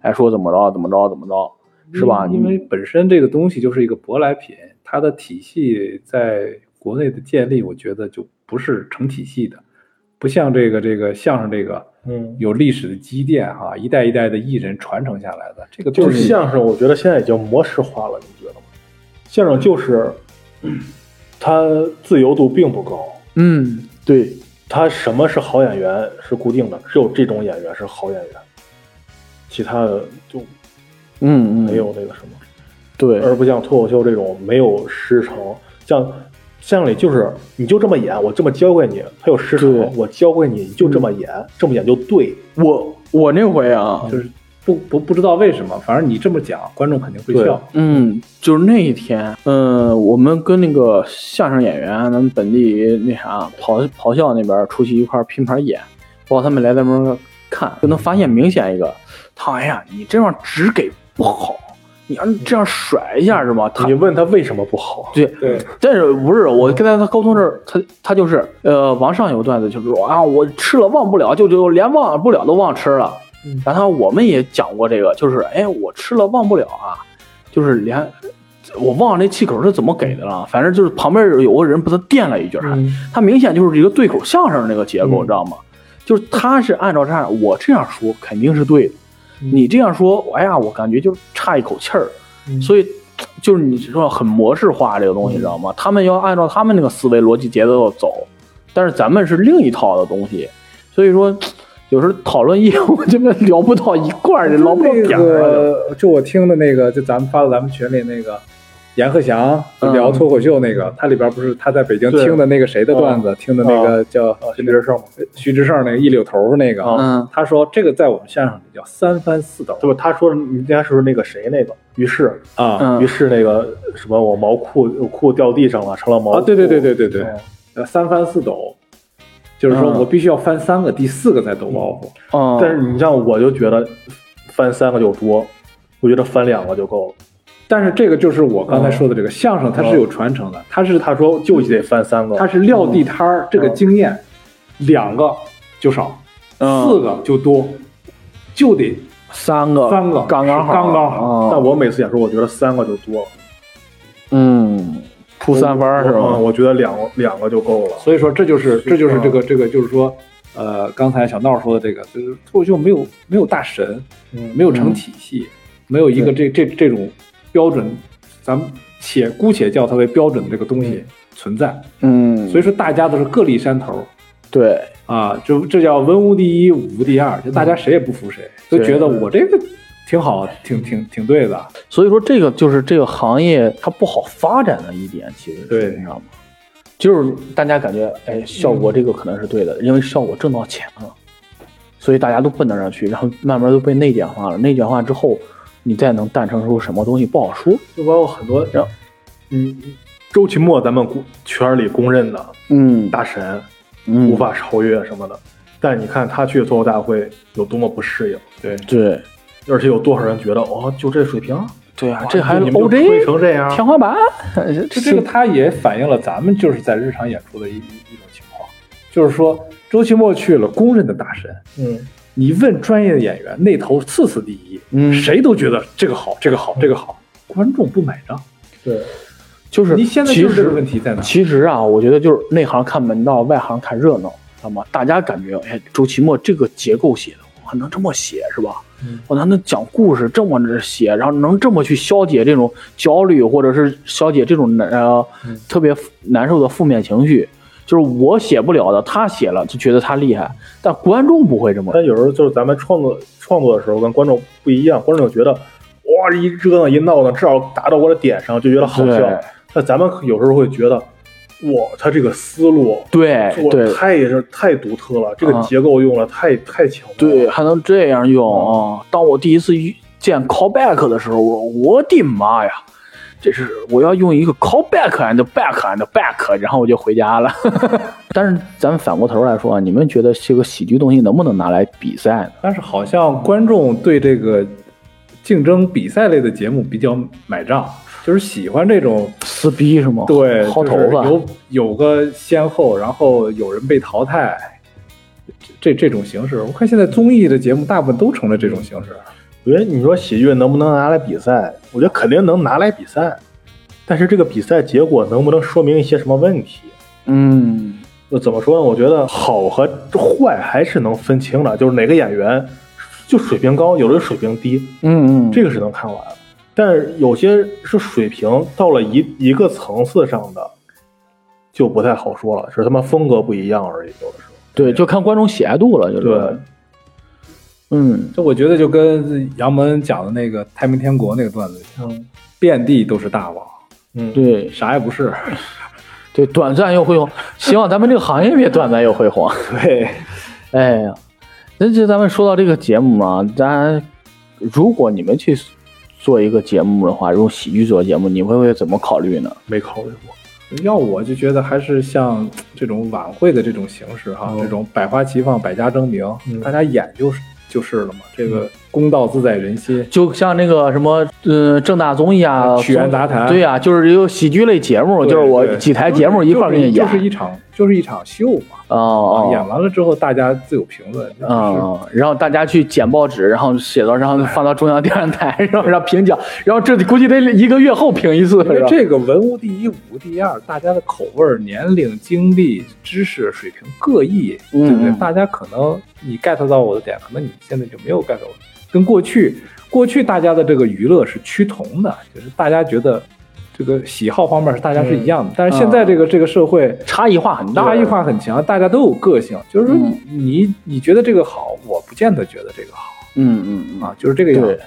Speaker 2: 哎，说怎么着怎么着怎么着，是吧？
Speaker 1: 嗯
Speaker 3: 因为本身这个东西就是一个舶来品，它的体系在国内的建立，我觉得就不是成体系的，不像这个这个相声这个
Speaker 1: 嗯，
Speaker 3: 有历史的积淀哈、一代一代的艺人传承下来的，这个
Speaker 1: 就
Speaker 3: 东
Speaker 1: 是
Speaker 3: 西
Speaker 1: 相声，我觉得现在已经模式化了，你觉得吗？相声就是嗯它自由度并不高，
Speaker 2: 嗯，对，
Speaker 1: 它什么是好演员是固定的，只有这种演员是好演员。其他的就
Speaker 2: 嗯嗯，
Speaker 1: 没有那个什么。
Speaker 2: 对，
Speaker 1: 而不像脱口秀这种没有师承，像相声里就是你就这么演，我这么教会你，他有师
Speaker 2: 对
Speaker 1: 承，我教会你，你就这么演，这么演就对。
Speaker 2: 我我那回啊，
Speaker 3: 就是不不不知道为什么，反正你这么讲，观众肯定会笑。
Speaker 2: 嗯，就是那一天，嗯、我们跟那个相声演员，啊咱们本地那啥咆咆哮那边出去一块儿拼盘演，包括他们来咱们这儿看，就能发现明显一个，他哎呀，你这样只给不好，你要这样甩一下是吗？他
Speaker 1: 你问他为什么不好？
Speaker 2: 对，
Speaker 3: 对，
Speaker 2: 但是不是我跟他他沟通这儿，他他就是呃，王上有段子就是说啊，我吃了忘不了，就就连忘不了都忘吃了。
Speaker 1: 嗯
Speaker 2: 然后我们也讲过这个，就是哎，我吃了忘不了啊，就是连我忘了那气口是怎么给的了，反正就是旁边有个人把他垫了一句，啊他明显就是一个对口相声那个结构，
Speaker 1: 嗯
Speaker 2: 知道吗？就是他是按照这样，我这样说肯定是对的，你这样说，哎呀，我感觉就差一口气儿，
Speaker 1: 嗯
Speaker 2: 所以就是你说很模式化这个东西，知道吗？他们要按照他们那个思维逻辑节奏走，但是咱们是另一套的东西，所以说有时候讨论业务 这边聊不到一块
Speaker 1: 嗯
Speaker 2: 儿，聊不到点
Speaker 3: 那
Speaker 2: 儿嗯上。
Speaker 3: 个，就我听的那个，就咱们发到咱们群里那个，阎鹤祥
Speaker 2: 嗯
Speaker 3: 聊脱口秀那个，他里边不是他在北京
Speaker 1: 对
Speaker 3: 听的那个谁的段子，听的那个叫呃
Speaker 1: 啊，徐志胜嘛，
Speaker 3: 徐志胜那个一绺头儿那个，
Speaker 2: 哦嗯
Speaker 3: 他说这个在我们相声里叫三翻四抖
Speaker 1: 对吧？他说你那时候那个谁那个，于是
Speaker 3: 啊
Speaker 2: 嗯
Speaker 1: 于是那个什么，我毛裤裤掉地上了，成了毛
Speaker 3: 啊，
Speaker 1: 裤。
Speaker 3: 对对对对对对，
Speaker 1: 嗯
Speaker 3: 呃，三翻四抖，就是说
Speaker 2: 嗯
Speaker 3: 我必须要翻三个，第四个再抖包袱。
Speaker 2: 嗯，
Speaker 1: 但是你像我就觉得翻三个就多，我觉得翻两个就够了。
Speaker 3: 但是这个就是我刚才说的这个相声，它是有传承的，它是它
Speaker 1: 他说就得翻三个，
Speaker 3: 它是撂地摊儿这个经验，两个就少，
Speaker 2: 嗯
Speaker 3: 四个就多，就得
Speaker 2: 三个
Speaker 3: 三个
Speaker 2: 刚刚好，
Speaker 3: 刚刚好
Speaker 2: 嗯
Speaker 1: 但我每次演出，我觉得三个就多了。
Speaker 2: 嗯，出三番儿是
Speaker 1: 我嗯
Speaker 2: 吧？
Speaker 1: 我觉得两个两个就够了。
Speaker 3: 所以说这就是这就是啊这个这个就是说，呃，刚才小闹说的这个，就是脱口秀没有没有大神，
Speaker 1: 嗯
Speaker 3: 没有成体系，没有一个这这这种标准，咱们且姑且叫它为标准的这个东西存在。
Speaker 2: 嗯，
Speaker 3: 所以说大家都是各立山头
Speaker 2: 对，
Speaker 3: 啊，这这叫文无第一，武无第二，就大家谁也不服谁，都
Speaker 2: 对
Speaker 3: 觉得我这个挺好，挺挺挺对的。
Speaker 2: 所以说这个就是这个行业它不好发展的一点，其实是
Speaker 3: 对
Speaker 2: 你知道吗？就是大家感觉哎，效果这个可能是对的，因为效果挣到钱了，所以大家都奔到那儿去，然后慢慢都被内卷化了。内卷化之后，你再能诞生出什么东西不好说。
Speaker 1: 就包括很多
Speaker 2: 然后，
Speaker 1: 嗯，周奇墨咱们公圈里公认的
Speaker 2: 嗯，
Speaker 1: 大神，
Speaker 2: 嗯
Speaker 1: 无法超越什么的。但你看他去脱口大会有多么不适应，
Speaker 3: 对，
Speaker 2: 对
Speaker 1: 而且有多少人觉得哦，就这水平，
Speaker 2: 对啊
Speaker 1: 哇，
Speaker 2: 这还
Speaker 1: 你
Speaker 2: 是
Speaker 1: 们就吹
Speaker 2: OJ
Speaker 1: 成这样，
Speaker 2: 天花板，
Speaker 3: 这这个它也反映了咱们就是在日常演出的一一一种情况，就是说周奇墨去了公认的大神，
Speaker 1: 嗯，
Speaker 3: 你问专业演员那头次次第一，
Speaker 2: 嗯
Speaker 3: 谁都觉得这个好，这个好，这个好，观众不买账。
Speaker 1: 对，
Speaker 2: 就是
Speaker 3: 你现在
Speaker 2: 其
Speaker 3: 就是这
Speaker 2: 实
Speaker 3: 个问题在哪？
Speaker 2: 其实啊，我觉得就是内行看门道，外行看热闹，知道吗？大家感觉，哎，周奇墨这个结构写的，我能这么写是吧？
Speaker 1: 嗯
Speaker 2: 我能能讲故事这么着写，然后能这么去消解这种焦虑，或者是消解这种难呃、
Speaker 1: 嗯
Speaker 2: 特别难受的负面情绪。就是我写不了的，他写了就觉得他厉害，但观众不会这么。
Speaker 1: 但有时候就是咱们创作创作的时候跟观众不一样，观众觉得哇一折腾一闹腾，至少达到我的点上就觉得好笑
Speaker 2: 对。
Speaker 1: 但咱们有时候会觉得，哇，他这个思路
Speaker 2: 对
Speaker 1: 做
Speaker 2: 对
Speaker 1: 的太是太独特了，这个
Speaker 2: 啊
Speaker 1: 结构用了太太巧妙了。
Speaker 2: 对，还能这样用
Speaker 3: 嗯
Speaker 2: 啊！当我第一次遇见 callback 的时候，我我的妈呀！这是我要用一个 callback and back and back，然后我就回家了。 但是咱们反过头来说啊，你们觉得这个喜剧东西能不能拿来比赛呢？
Speaker 3: 但是好像观众对这个竞争比赛类的节目比较买账，就是喜欢这种
Speaker 2: 撕逼是吗？
Speaker 3: 对
Speaker 2: 薅头
Speaker 3: 就是
Speaker 2: 发。
Speaker 3: 有有个先后，然后有人被淘汰，这这种形式。我看现
Speaker 2: 嗯
Speaker 3: 在综艺的节目大部分都成了这种形式。啊
Speaker 1: 我觉得你说喜剧能不能拿来比赛？我觉得肯定能拿来比赛，但是这个比赛结果能不能说明一些什么问题？
Speaker 2: 嗯，
Speaker 1: 就怎么说呢？我觉得好和坏还是能分清的，就是哪个演员就水平高，有的水平低，
Speaker 2: 嗯嗯，
Speaker 1: 这个是能看出来的。但是有些是水平到了一一个层次上的，就不太好说了，只是他妈风格不一样而已。有的时候，
Speaker 2: 对，就看观众喜爱度了，就是。
Speaker 1: 对，
Speaker 2: 嗯，
Speaker 3: 这我觉得就跟杨蒙恩讲的那个太平天国那个段子一样，
Speaker 1: 嗯
Speaker 3: 遍地都是大王，
Speaker 1: 嗯，
Speaker 2: 对
Speaker 3: 啥也不是。
Speaker 2: 对，短暂又辉煌，希望咱们这个行业别短暂又辉煌。
Speaker 1: 对，
Speaker 2: 哎呀，那就咱们说到这个节目嘛，咱如果你们去做一个节目的话，用喜剧做节目，你们会怎么考虑呢？
Speaker 1: 没考虑过。
Speaker 3: 要我就觉得还是像这种晚会的这种形式哈，
Speaker 2: 哦
Speaker 1: 嗯
Speaker 3: 这种百花齐放、百家争鸣，
Speaker 1: 嗯
Speaker 3: 大家演就是就是了嘛。这
Speaker 2: 嗯
Speaker 3: 个公道自在人心，
Speaker 2: 就像那个什么，呃，正大综艺啊，
Speaker 3: 曲苑杂谈
Speaker 2: 对呀、啊就是有喜剧类节目，
Speaker 3: 对
Speaker 2: 哦就是我
Speaker 3: 对
Speaker 2: 几台节目一块儿给你演，
Speaker 3: 就是一场就是一场秀嘛。
Speaker 2: 哦哦，
Speaker 3: 啊演完了之后，大家自有评论。就是
Speaker 2: 嗯，然后大家去剪报纸，然后写到，然后放到中央电视台， 然后让评奖，然后这估计得一个月后评一次，
Speaker 3: 因
Speaker 2: 是
Speaker 3: 为
Speaker 2: 吧？
Speaker 3: 这个文无第一，武无第二，大家的口味儿、年龄、经历、知识水平各异，对不
Speaker 2: 嗯
Speaker 3: 对？
Speaker 2: 嗯
Speaker 3: 大家可能你 get 到我的点，可能你现在就没有 get 到我的。跟过去，过去大家的这个娱乐是趋同的，就是大家觉得这个喜好方面是大家是一
Speaker 2: 嗯
Speaker 3: 样的，但是现在这个、这个社会。
Speaker 2: 差异化很大，
Speaker 3: 差异化很强，大家都有个性，就是说
Speaker 2: 嗯
Speaker 3: 你、你觉得这个好，我不见得觉得这个好
Speaker 2: 嗯，嗯嗯
Speaker 3: 啊，就是这个样
Speaker 2: 对
Speaker 3: 子。，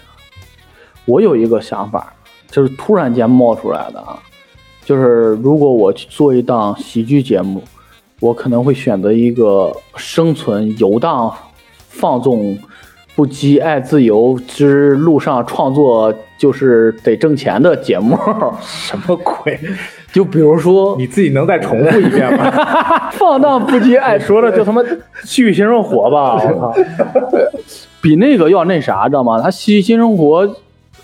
Speaker 2: 我有一个想法，就是突然间冒出来的啊，就是如果我去做一档喜剧节目，我可能会选择一个生存、游荡、放纵、不羁、爱自由之路上创作，就是得挣钱的节目。
Speaker 3: 什么鬼？
Speaker 2: 就比如说
Speaker 3: 你自己能再重复一遍吗？
Speaker 2: 放荡不羁、爱
Speaker 1: 说的就他妈戏剧新生活吧，我操！
Speaker 2: 比那个要那啥，知道吗？他戏剧新生活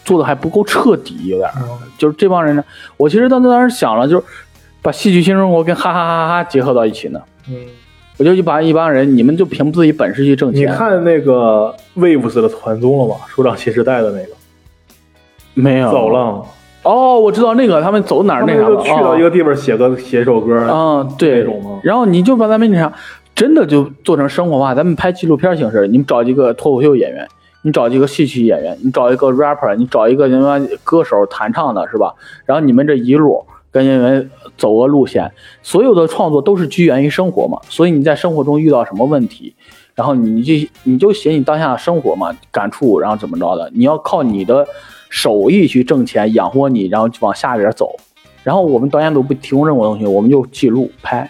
Speaker 2: 做的还不够彻底，有点儿，就是这帮人呢。我其实当当时想了，就是把戏剧新生活跟哈哈哈哈结合到一起呢。
Speaker 1: 嗯，
Speaker 2: 我就一把一帮人，你们就凭自己本事去挣钱。
Speaker 1: 你看那个 Waves 的团综了吗？《说唱新时代》的那个
Speaker 2: 没有
Speaker 1: 走了，
Speaker 2: 哦，我知道那个他们走哪儿
Speaker 1: 他
Speaker 2: 那
Speaker 1: 们
Speaker 2: 啥了哦
Speaker 1: 就去到一个地方写个写一首歌，
Speaker 2: 啊、嗯对
Speaker 1: 那种吗，
Speaker 2: 然后你就把咱们那啥，真的就做成生活化，咱们拍纪录片形式，你们找几个脱口秀演员，你找几个戏曲演员，你找一个 rapper，你找一个什么歌手弹唱的是吧？然后你们这一路跟演员走个路线，所有的创作都是居源于生活嘛，所以你在生活中遇到什么问题，然后你就你就写你当下的生活嘛，感触，然后怎么着的，你要靠你的手艺去挣钱养活你，然后就往下边走。然后我们导演组不提供任何东西，我们就记录拍，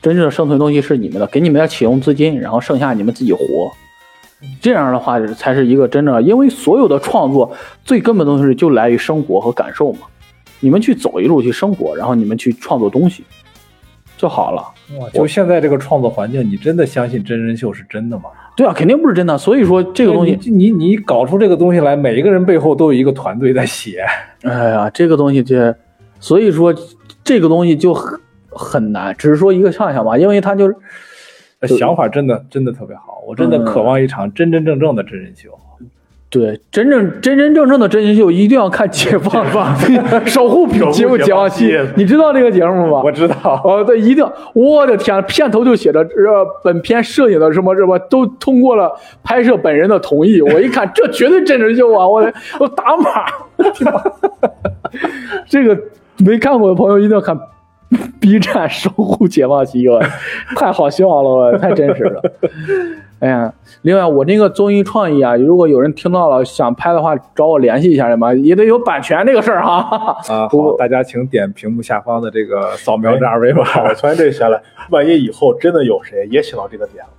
Speaker 2: 真正的生存东西是你们的，给你们点启动资金，然后剩下你们自己活。这样的话才是一个真正的，因为所有的创作最根本的东西就来于生活和感受嘛。你们去走一路去生活，然后你们去创作东西就好了。
Speaker 3: 哇，就现在这个创作环境，你真的相信真人秀是真的吗？
Speaker 2: 对啊，肯定不是真的。所以说这
Speaker 3: 这
Speaker 2: 个东西，
Speaker 3: 你你你搞出这个东西来，每一个人背后都有一个团队在写，
Speaker 2: 哎呀，这个东西这，所以说这个东西就很很难，只是说一个畅想吧，因为它就是
Speaker 3: 想法真的真的特别好，我真的渴望一场真真正正的真人秀。
Speaker 2: 对，真正真真正正的真人秀一定要看解放 守护
Speaker 1: 守护
Speaker 2: 节目
Speaker 1: 解
Speaker 2: 解放
Speaker 1: 放
Speaker 2: 西
Speaker 1: 西，
Speaker 2: 你知道这个节目吗？
Speaker 3: 我知道，
Speaker 2: 哦，对，一定，我的天，片头就写着呃，本片摄影的什么什么都通过了拍摄本人的同 意。我一看，这绝对真人秀啊！我我打码， 这个没看过的朋友一定要看 B 站守护解放西，我 太好笑了，我太真实了。 哎呀，另外我那个综艺创意啊，如果有人听到了想拍的话，找我联系一下什么，也得有版权这个事儿哈。
Speaker 3: 啊，
Speaker 2: 不
Speaker 3: 好，大家请点屏幕下方的这个扫描这二维码。
Speaker 1: 我突然这哎想来，万一以后真的有谁也想到这个点了，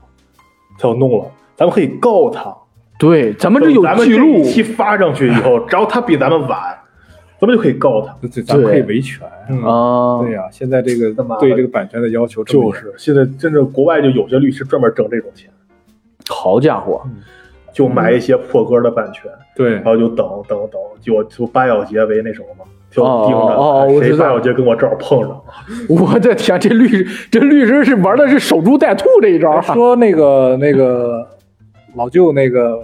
Speaker 1: 他要弄了，咱们可以告他。
Speaker 2: 对，咱们这有
Speaker 1: 咱们
Speaker 2: 记录
Speaker 1: 这一，期发上去以后，只要他比咱们晚，咱们就可以告他。
Speaker 3: 对，咱们可以维权。嗯
Speaker 2: 啊，
Speaker 3: 对呀，现在这个
Speaker 1: 妈的
Speaker 3: 对这个版权的要求这么
Speaker 1: 就
Speaker 3: 严
Speaker 1: 是现在，真正国外就有些律师专门挣这种钱，
Speaker 2: 好家伙，
Speaker 1: 就买一些破歌的版权，
Speaker 3: 对
Speaker 1: 然，后就等等等，就就八小节为那什么嘛，就盯着、哎
Speaker 2: 哦哦哦我
Speaker 1: 谁
Speaker 2: 知道哦
Speaker 1: 八小节跟我正好碰上，
Speaker 2: 我的天，这律这律师是玩的是守株待兔这一招啊，
Speaker 3: 说那个那个老舅那个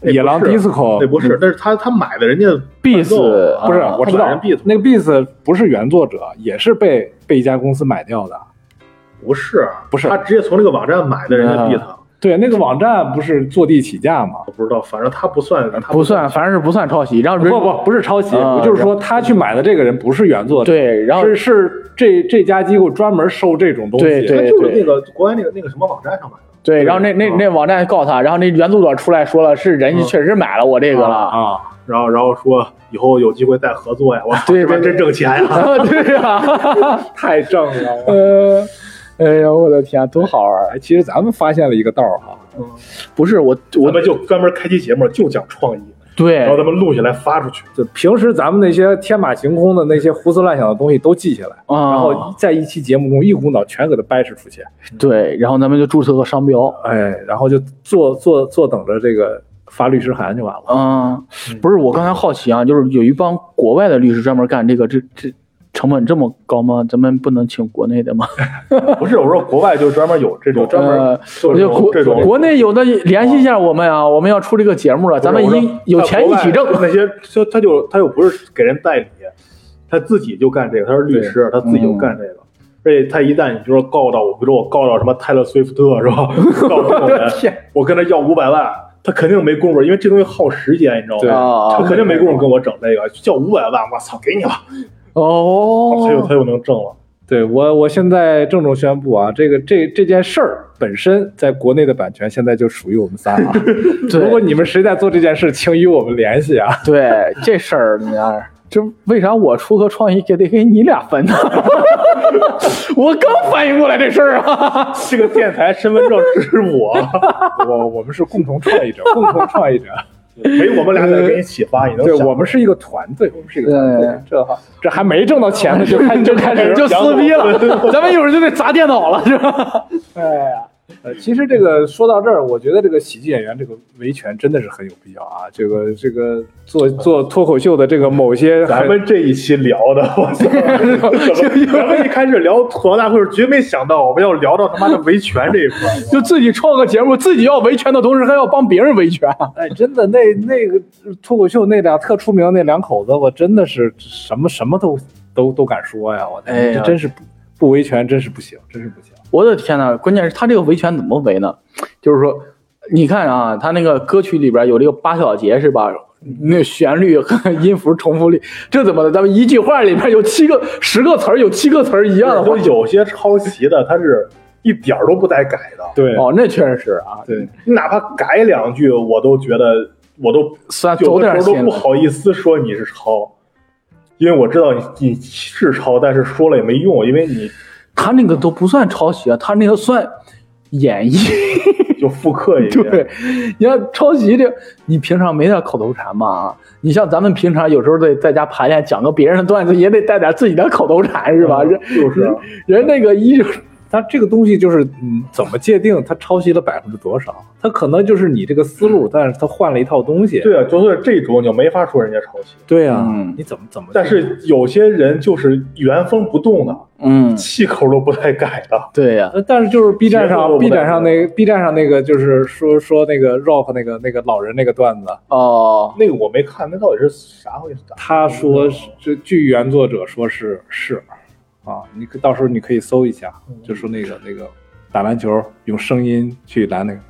Speaker 1: 那不是
Speaker 3: 野狼 disco，
Speaker 1: 那不
Speaker 2: 嗯
Speaker 1: 是，但是他他买的人家
Speaker 2: Beats，
Speaker 1: 伴奏啊
Speaker 3: 不是，
Speaker 2: 啊
Speaker 3: 我知
Speaker 1: 他
Speaker 3: 道
Speaker 1: 买人 beat
Speaker 3: 呃那个 Beats 不是原作者，也是被被一家公司买掉的。
Speaker 1: 不是
Speaker 3: 不是
Speaker 1: 他直接从那个网站买的人
Speaker 2: 啊
Speaker 1: 家 beat，、
Speaker 3: 对，那个网站不是坐地起价吗？
Speaker 1: 我不知道，反正他不算他
Speaker 2: 哎不算，反正是不算抄袭，然后
Speaker 3: 不
Speaker 2: 人
Speaker 3: 不不是抄袭，
Speaker 2: 啊
Speaker 3: 我就是说他去买的这个人不是原作者，
Speaker 2: 对，然后
Speaker 3: 是是这这家机构专门收这种东西。
Speaker 2: 对对
Speaker 1: 他就是那个国外那个那个什么网站上买的，
Speaker 2: 对，然后那那
Speaker 1: 嗯
Speaker 2: 那网站还告他，然后那原作者出来说了，是人家确实买了我这个了，
Speaker 1: 啊，然后然后说以后有机会再合作呀，我操
Speaker 2: 对
Speaker 1: 这边
Speaker 2: 对
Speaker 1: 真挣钱呀。
Speaker 2: 对啊，
Speaker 3: 太正 了。
Speaker 2: 呃，哎呀，我的天，多好玩儿！啊
Speaker 3: 哎，其实咱们发现了一个道儿哈，
Speaker 2: 不是我，
Speaker 1: 我
Speaker 2: 我
Speaker 1: 们就专门开期节目就讲创意，
Speaker 2: 对
Speaker 1: 然后咱们录下来发出去。
Speaker 3: 就平时咱们那些天马行空的那些胡思乱想的东西都记下来，
Speaker 2: 啊，
Speaker 3: 然后在一期节目中一股脑全给它掰扯出去，
Speaker 2: 对，然后咱们就注册个商标，嗯
Speaker 3: 哎，然后就坐坐坐等着这个发律师函就完了。
Speaker 2: 嗯，不是，我刚才好奇啊，就是有一帮国外的律师专门干这个，这这成本这么高吗？咱们不能请国内的吗？
Speaker 1: 不是，我说国外就专门有这种专门
Speaker 2: 呃，
Speaker 1: 就
Speaker 2: 我
Speaker 1: 是
Speaker 2: 觉
Speaker 1: 这
Speaker 2: 得国
Speaker 1: 种这种
Speaker 2: 国内有的联系一下我们啊，我们要出这个节目了，咱们
Speaker 1: 不是我
Speaker 2: 一
Speaker 1: 说
Speaker 2: 有钱一起挣
Speaker 1: 在。 国外那些，就他就他又不是给人代理，他自己就干这个，他是律师，他自己就干这个。而且他一旦你比如说告到我，比如说我告到什么泰勒·斯威夫特是吧？告这种 人，我跟他要五百万，他肯定没工夫，因为这东西耗时间，你知道
Speaker 3: 对
Speaker 1: 吗？
Speaker 2: 啊
Speaker 1: 他肯定没工夫跟我整这个，叫五百万，我操，给你吧，他就
Speaker 2: 哦，
Speaker 1: 他就能挣了。
Speaker 3: 对我，我现在郑重宣布啊，这个这这件事儿本身在国内的版权现在就属于我们仨啊。如果
Speaker 2: 对
Speaker 3: 你们谁在做这件事，请与我们联系啊。
Speaker 2: 对，这事儿你看，这为啥我出个创意给得给你俩分呢？ 我刚反应过来这事儿啊，
Speaker 1: 这个电台哎身份证是 我，
Speaker 3: 我我们是共同创意者，共同创意者。
Speaker 1: 没我们俩在给你启发，你能
Speaker 3: 对
Speaker 1: 想
Speaker 3: 我们是一个团队，我们是一个团队
Speaker 2: 对。
Speaker 3: 这哈这还没挣到钱呢，就开就 开始
Speaker 2: 就撕逼了
Speaker 1: 杨总，
Speaker 2: 咱们一会儿就得砸电脑了，是吧？
Speaker 3: 哎呀，呃，其实这个说到这儿，我觉得这个喜剧演员这个维权真的是很有必要啊。这个这个做做脱口秀的这个某 些
Speaker 1: 咱们这一期聊的，我 操！咱们一开始聊吐槽大会，绝没想到我们要聊到他妈的维权这一块。
Speaker 2: 就自己创个节目，自己要维权的同时还要帮别人维权，啊
Speaker 3: 哎，真的那那个脱口秀那俩特出名那两口子，我真的是什么什么都都都敢说呀！我天
Speaker 2: 哎呀
Speaker 3: 这真是不不维权真是不行，真是不行。
Speaker 2: 我的天呐，关键是他这个维权怎么维呢？就是说，你看啊，他那个歌曲里边有这个八小节是吧？那旋律和 音符重复率，这怎么的？咱们一句话里边有七个、十个词儿，有七个词儿一样的话
Speaker 1: 就，有些抄袭的，他是一点儿都不带改的。
Speaker 3: 对
Speaker 2: 哦，那确实是啊，
Speaker 3: 对，
Speaker 1: 你哪怕改两句，我都觉得我都
Speaker 2: 算走
Speaker 1: 有的
Speaker 2: 点
Speaker 1: 时候
Speaker 2: 心
Speaker 1: 都不
Speaker 2: 了。
Speaker 1: 好意思说你是抄，因为我知道你你是抄，但是说了也没用，因为你
Speaker 2: 他那个都不算抄袭啊，他那个算演绎。
Speaker 1: 就复刻一遍。
Speaker 2: 对，啊你要抄袭这，你平常没点口头禅吗？啊，你像咱们平常有时候得在家排练，讲个别人的段子，也得带点自己的口头禅，是吧？
Speaker 1: 嗯
Speaker 2: 人
Speaker 1: 啊就是
Speaker 2: 嗯人那个一
Speaker 3: 但这个东西就是，嗯，怎么界定它抄袭了百分之多少？它可能就是你这个思路，但是它换了一套东西。
Speaker 1: 对啊，就是这种你就没法说人家抄袭。
Speaker 3: 对啊，
Speaker 2: 嗯
Speaker 3: 你怎么怎么？
Speaker 1: 但是有些人就是原封不动的，
Speaker 2: 嗯，
Speaker 1: 气口都不带改的。
Speaker 2: 对呀、
Speaker 3: 呃，但是就是 B 站
Speaker 1: 节奏
Speaker 3: 上
Speaker 1: 都不
Speaker 3: ，B
Speaker 1: 带
Speaker 3: 站上那个 B 站上那个就是说说那个 Rock 那个那个老人那个段子，
Speaker 2: 哦，
Speaker 1: 那个我没看，那到底是啥回事？
Speaker 3: 他说是，这据原作者说是是，啊，你可到时候你可以搜一下，就说那个那个打篮球用声音去拦那个，
Speaker 1: 哎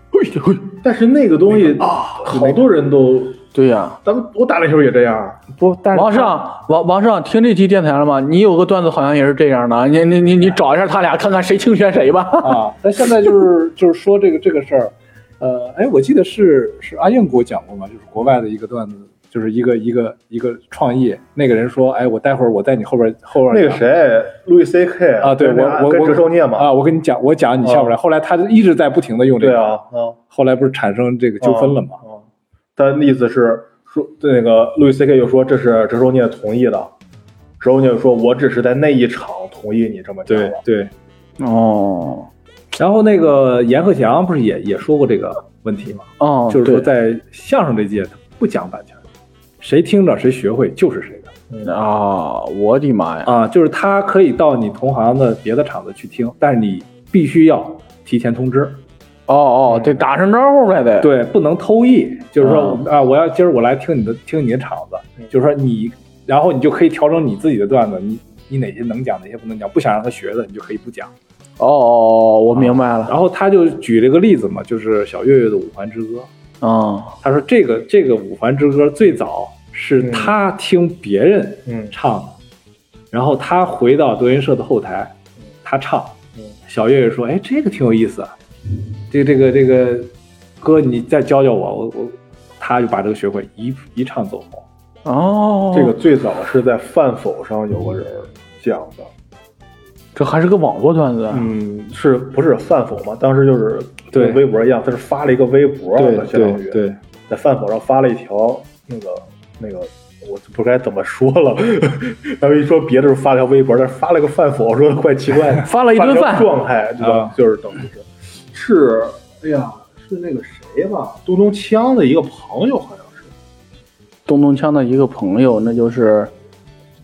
Speaker 1: 但是那个东西好多人都，
Speaker 2: 对呀、
Speaker 1: 咱们我打篮球也这样，啊
Speaker 3: 不，但是
Speaker 2: 王
Speaker 3: 他
Speaker 2: 上，王王上，听这期电台了吗？你有个段子好像也是这样的，啊你你你你找一下他俩，看看谁侵权谁吧。
Speaker 3: 啊，但现在就是 就是说这个这个事儿，呃，哎，我记得是是阿燕给我讲过嘛，就是国外的一个段子，就是一个一个一个创意，那个人说，哎，我待会儿我在你后边后边
Speaker 1: 那个谁，路易 C K
Speaker 3: 啊，对
Speaker 1: 跟
Speaker 3: 我
Speaker 1: 那
Speaker 3: 我
Speaker 1: 跟
Speaker 3: 我
Speaker 1: 折寿孽嘛，嗯
Speaker 3: 啊，我跟你讲，我讲你下不来。后来他就一直在不停的用这
Speaker 1: 对
Speaker 3: 个，
Speaker 1: 啊，啊，
Speaker 3: 后来不是产生这个纠纷了嘛？
Speaker 1: 啊。他的意思是说，嗯那个路易 C K 就说这是折寿孽同意的，折寿孽就说我只是在那一场同意你这么讲
Speaker 3: 对
Speaker 1: 了。
Speaker 3: 对。
Speaker 2: 哦
Speaker 3: 然后那个阎鹤祥不是也也说过这个问题吗？
Speaker 1: 嗯
Speaker 2: 哦，
Speaker 3: 就是说
Speaker 2: 对
Speaker 3: 在相声这界，他不讲版权，谁听着谁学会就是谁的
Speaker 2: 啊，我的妈呀！
Speaker 3: 啊，就是他可以到你同行的别的场子去听，但是你必须要提前通知，
Speaker 2: 哦哦，得打声招呼呗，得。
Speaker 3: 对，不能偷艺，就是说啊，我要今儿我来听你的听你的场子，就是说你，然后你就可以调整你自己的段子，你你哪些能讲，哪些不能讲，不想让他学的，你就可以不讲。
Speaker 2: 哦哦，我明白了。
Speaker 3: 然后他就举了个例子嘛，就是小岳岳的《五环之歌》，
Speaker 2: 嗯，
Speaker 3: 他说这个这个《五环之歌》最早是他听别人
Speaker 1: 嗯
Speaker 3: 唱的，然后他回到德云社的后台，他唱
Speaker 1: 嗯，
Speaker 3: 小岳岳说，哎，这个挺有意思啊，这个这个这个哥，你再教教我，我我，他就把这个学会一一唱走红。
Speaker 2: 哦，
Speaker 1: 这个最早是在饭否上有个人讲的，
Speaker 2: 这还是个网络段子啊，
Speaker 1: 嗯，是不是饭否嘛？当时就是
Speaker 3: 对
Speaker 1: 跟微博一样，他是发了一个微博，
Speaker 3: 对
Speaker 1: 相当
Speaker 3: 对
Speaker 1: 于
Speaker 3: 对，
Speaker 1: 在饭否上发了一条那个那个，我就不该怎么说了。 然后一说别的时候发了条微博，但是发了个饭否，说的怪奇 怪的，
Speaker 2: 发了一顿
Speaker 1: 条
Speaker 2: 饭
Speaker 1: 状态，对吧
Speaker 3: 啊？
Speaker 1: 就是等于是是，哎呀，是那个谁吧，东东锵的一个朋友，好像是
Speaker 2: 东东锵的一个朋友，那就是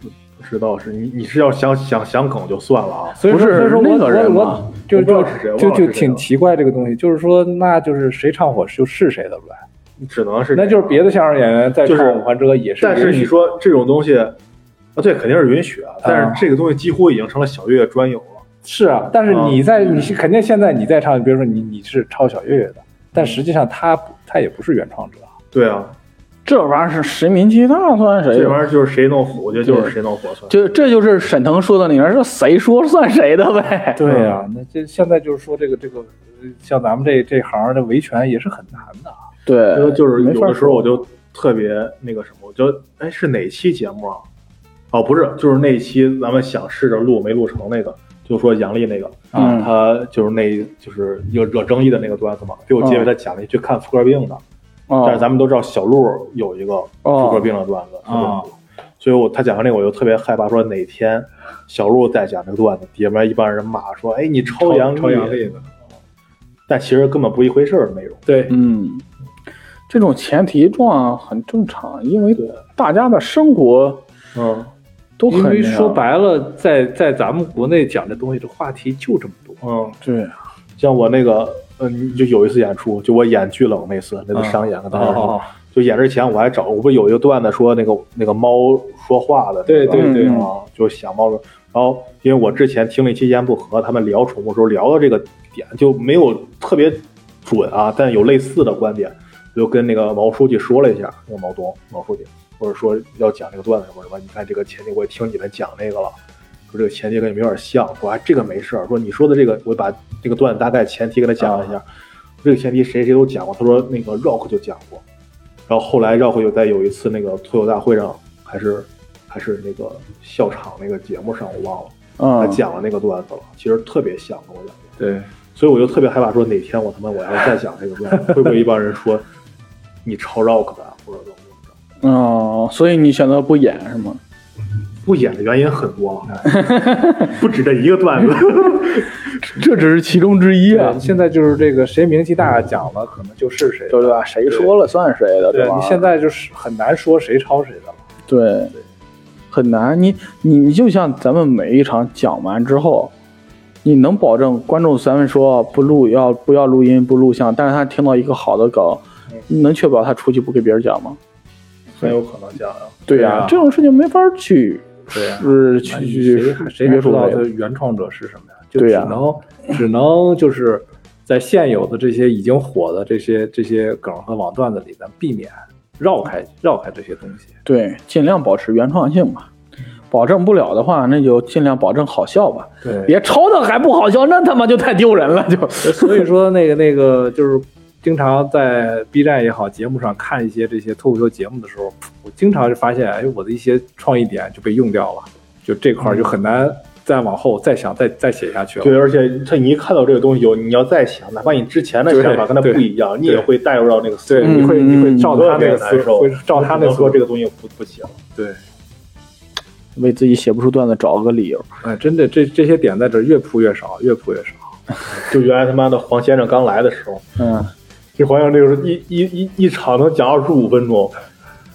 Speaker 1: 不知道是你，你是要想想想梗就算了啊。
Speaker 3: 所以说
Speaker 2: 不是
Speaker 3: 所以说
Speaker 2: 那
Speaker 3: 我
Speaker 2: 个
Speaker 3: 我
Speaker 2: 人吗
Speaker 3: 我就
Speaker 1: 我不知
Speaker 3: 就
Speaker 1: 道是谁
Speaker 3: 就
Speaker 1: 忘了是
Speaker 3: 就
Speaker 1: 谁
Speaker 3: 挺
Speaker 1: 了
Speaker 3: 奇怪这个东西，就是说，那就是谁唱火就是谁的呗，
Speaker 1: 只能是
Speaker 3: 那就是别
Speaker 1: 的。
Speaker 3: 的相声演员在
Speaker 1: 就是
Speaker 3: 唱《五环之歌》也是，
Speaker 1: 但是你说这种东西，啊，对，肯定是允许啊。但是这个东西几乎已经成了小岳岳专有了。
Speaker 3: 是啊，但是
Speaker 1: 啊
Speaker 3: 你在你是肯定现在你在唱，比如说你你是抄小岳岳的，但实际上他不他也不是原创者，
Speaker 1: 对啊，
Speaker 2: 这玩意儿是谁名气大算谁
Speaker 1: 这
Speaker 2: 的。
Speaker 1: 玩意儿就是谁弄火，我觉得就是谁弄火算。
Speaker 2: 就这就是沈腾说的那样，这谁说算谁的 呗。
Speaker 3: 对啊
Speaker 1: 啊
Speaker 3: 呀、那这现在就是说这个这个，呃像咱们这这行儿的维权也是很难的。啊
Speaker 2: 对
Speaker 1: 就，就是
Speaker 2: 没
Speaker 1: 有
Speaker 2: 法
Speaker 1: 的时候我就特别那个什么，我就哎是哪期节目啊？哦，不是，就是那期咱们想试着录没录成那个，就说杨笠那个
Speaker 2: 嗯
Speaker 1: 啊，他就是那就是有惹争议的那个段子嘛，就我结尾他讲了一句看妇科病的，
Speaker 2: 哦
Speaker 1: 但是咱们都知道小鹿有一个妇科病的段子，特别
Speaker 3: 哦
Speaker 1: 多所以我他讲完那个我就特别害怕，说哪天小鹿再讲这个段子，底下面一帮人骂说，哎，你抄杨笠，
Speaker 3: 抄杨笠的，
Speaker 1: 但其实根本不一回事儿的内容。
Speaker 3: 对，
Speaker 2: 嗯，这种前提状很正常，因为大家的生活
Speaker 1: 嗯
Speaker 2: 都很
Speaker 3: 因为
Speaker 2: 那样
Speaker 3: 说白了，在在咱们国内讲这东西，这话题就这么 多。
Speaker 1: 嗯，
Speaker 2: 对啊
Speaker 1: 像我那个，嗯，就有一次演出，就我演巨冷那次，那个商演，跟大
Speaker 3: 哦
Speaker 1: 家说，，
Speaker 3: 啊
Speaker 1: 就演之前我还找，我不是有一个段子说那个那个猫说话的那个，
Speaker 3: 对对
Speaker 2: 对
Speaker 1: 啊，就想猫说，然后因为我之前听了一期《一言不合》，他们聊宠物时候聊到这个点，就没有特别准啊，但有类似的观点，就跟那个毛书记说了一下，那个毛东毛书记，或者说要讲这个段子什么什么，你看这个前提，我也听你们讲那个了。说这个前提跟你们有点像，说哎这个没事儿，说你说的这个，我把这个段子大概前提给他讲了一下，这个前提谁谁都讲过，他说那个 Rock 就讲过，然后后来 Rock 又在有一次那个脱口大会上，还是还是那个笑场那个节目上，我忘了，他
Speaker 2: 嗯，
Speaker 1: 讲了那个段子了，其实特别像跟我讲的，
Speaker 3: 对，
Speaker 1: 所以我就特别害怕说哪天我他妈我要再讲这个段子，会不会一帮人说你抄 Rock 的或者怎么怎么着？
Speaker 2: 哦，所以你选择不演是吗？
Speaker 1: 不演的原因很多，啊不止这一个段子。
Speaker 2: 这只是其中之一啊，
Speaker 3: 现在就是这个谁名气大讲了，可能就是谁。
Speaker 2: 对吧？谁说了算谁的，
Speaker 3: 对
Speaker 2: 吧
Speaker 3: 你？现在就是很难说谁抄谁的了。
Speaker 2: 对，很难。你你你就像咱们每一场讲完之后，你能保证观众咱们说不录要不要录音不录像，但是他听到一个好的梗，你能确保他出去不给别人讲吗？
Speaker 1: 很有可能这样啊。
Speaker 2: 对啊呀、
Speaker 3: 对啊
Speaker 2: 这种事情没法去，
Speaker 3: 对呀
Speaker 2: 是去去
Speaker 3: 谁还谁还
Speaker 2: 约
Speaker 3: 知
Speaker 2: 束
Speaker 3: 道
Speaker 2: 的
Speaker 3: 他原创者是什么呀？就
Speaker 2: 对
Speaker 3: 只
Speaker 2: 呀
Speaker 3: 能、只能就是在现有的这些已经火的这些这些梗和网段子里，咱避免绕开绕开这些东西。
Speaker 2: 对，尽量保持原创性吧。保证不了的话，那就尽量保证好笑吧。
Speaker 3: 对
Speaker 2: 别抄的还不好笑，那他妈就太丢人了。就
Speaker 3: 所以说那个那个就是经常在 B 站也好节目上看一些这些脱口秀节目的时候，我经常就发现，哎，我的一些创意点就被用掉了，就这块儿就很难再往后再想再再写下去了。
Speaker 1: 对，而且他你一看到这个东西有，你要再想，哪怕你之前的想法跟他不一样，你也会带入到那个思
Speaker 3: 对，
Speaker 1: 路，
Speaker 3: 你会你
Speaker 2: 嗯
Speaker 3: 会照他
Speaker 1: 特
Speaker 3: 那
Speaker 1: 别
Speaker 3: 个
Speaker 1: 难
Speaker 3: 思，
Speaker 1: 受
Speaker 3: 会。照他那个
Speaker 1: 说这
Speaker 3: 个
Speaker 1: 个东西不不行，
Speaker 3: 对。
Speaker 2: 为自己写不出段子找个理由。
Speaker 3: 哎，真的，这这些点在这儿越铺越少，越铺越少。
Speaker 1: 就原来他妈的黄先生刚来的时候，
Speaker 2: 嗯，
Speaker 1: 这黄先生就是一一一一场能讲二十五分钟，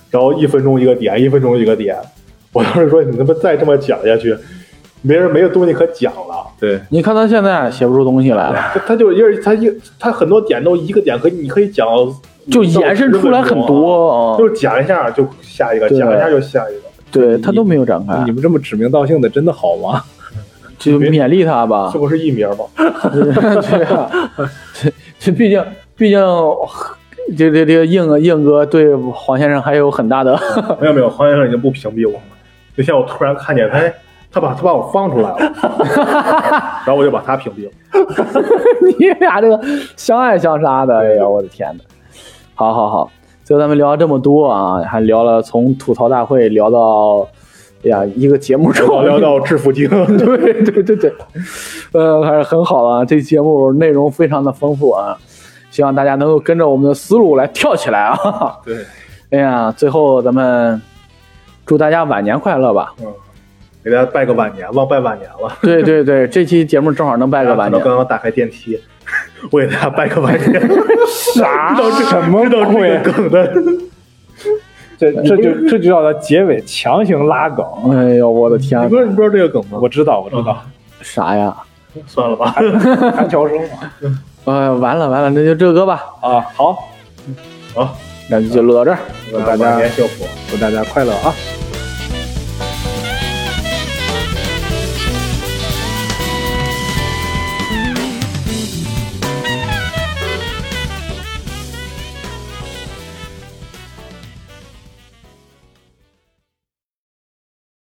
Speaker 1: 然后一分钟一个点，一分钟一个点，我当时说你他妈再这么讲下去，没人没有东西可讲了。
Speaker 3: 对，
Speaker 2: 你看他现在写不出东西来了。
Speaker 1: 他他就因为他一他很多点都一个点可以你可以讲到
Speaker 2: 就延伸出来很多啊，
Speaker 1: 就讲一下就下一个，
Speaker 2: 对
Speaker 1: 讲一下就下一个。
Speaker 2: 对他都没有展
Speaker 1: 哎
Speaker 2: 开
Speaker 3: 你，们这么指名道姓的，真的好吗？
Speaker 2: 就勉励他吧
Speaker 1: 这。不是艺名吗？
Speaker 2: 对啊， 这这毕竟毕竟这这这个硬哥硬哥对黄先生还有很大的
Speaker 1: 没有没有，黄先生已经不屏蔽我了。那天我突然看见他，哎他把他把我放出 来了，然后我就把他屏蔽了。
Speaker 2: 你俩这个相爱相杀的，哎呀，我的天呐！好好好，最后咱们聊了这么多啊，还聊了从吐槽大会聊到，哎呀，一个节目之后
Speaker 1: 我聊到致富 经，
Speaker 2: 对对对对，呃，还是很好的啊。这期节目内容非常的丰富啊，希望大家能够跟着我们的思路来跳起来啊！
Speaker 1: 对，
Speaker 2: 哎呀，最后咱们祝大家晚年快乐吧！
Speaker 1: 嗯，给大家拜个晚年，忘拜晚年了。
Speaker 2: 对对对，这期节目正好能拜
Speaker 1: 拜
Speaker 2: 个 晚年。
Speaker 1: 啊刚刚打开电梯，我给大家拜个晚年。
Speaker 3: 啥
Speaker 1: 知道这
Speaker 3: 啊什
Speaker 1: 知
Speaker 3: 么
Speaker 1: 道
Speaker 3: 鬼
Speaker 1: 这个梗的，
Speaker 3: 这这就这就叫它结尾强行拉梗。
Speaker 2: 哎呦，我的天
Speaker 1: 你不，是你不知道这个梗吗？
Speaker 3: 我知道，我知道，
Speaker 2: 啥呀？
Speaker 1: 算了吧。嗯
Speaker 3: 韩乔生嘛
Speaker 2: 呃，完了完了，那就这个吧，
Speaker 3: 啊，好，
Speaker 1: 好，
Speaker 2: 那就录到这儿。
Speaker 1: 祝
Speaker 3: 大家
Speaker 1: 嗯晚年幸福。
Speaker 3: 祝大家快乐啊！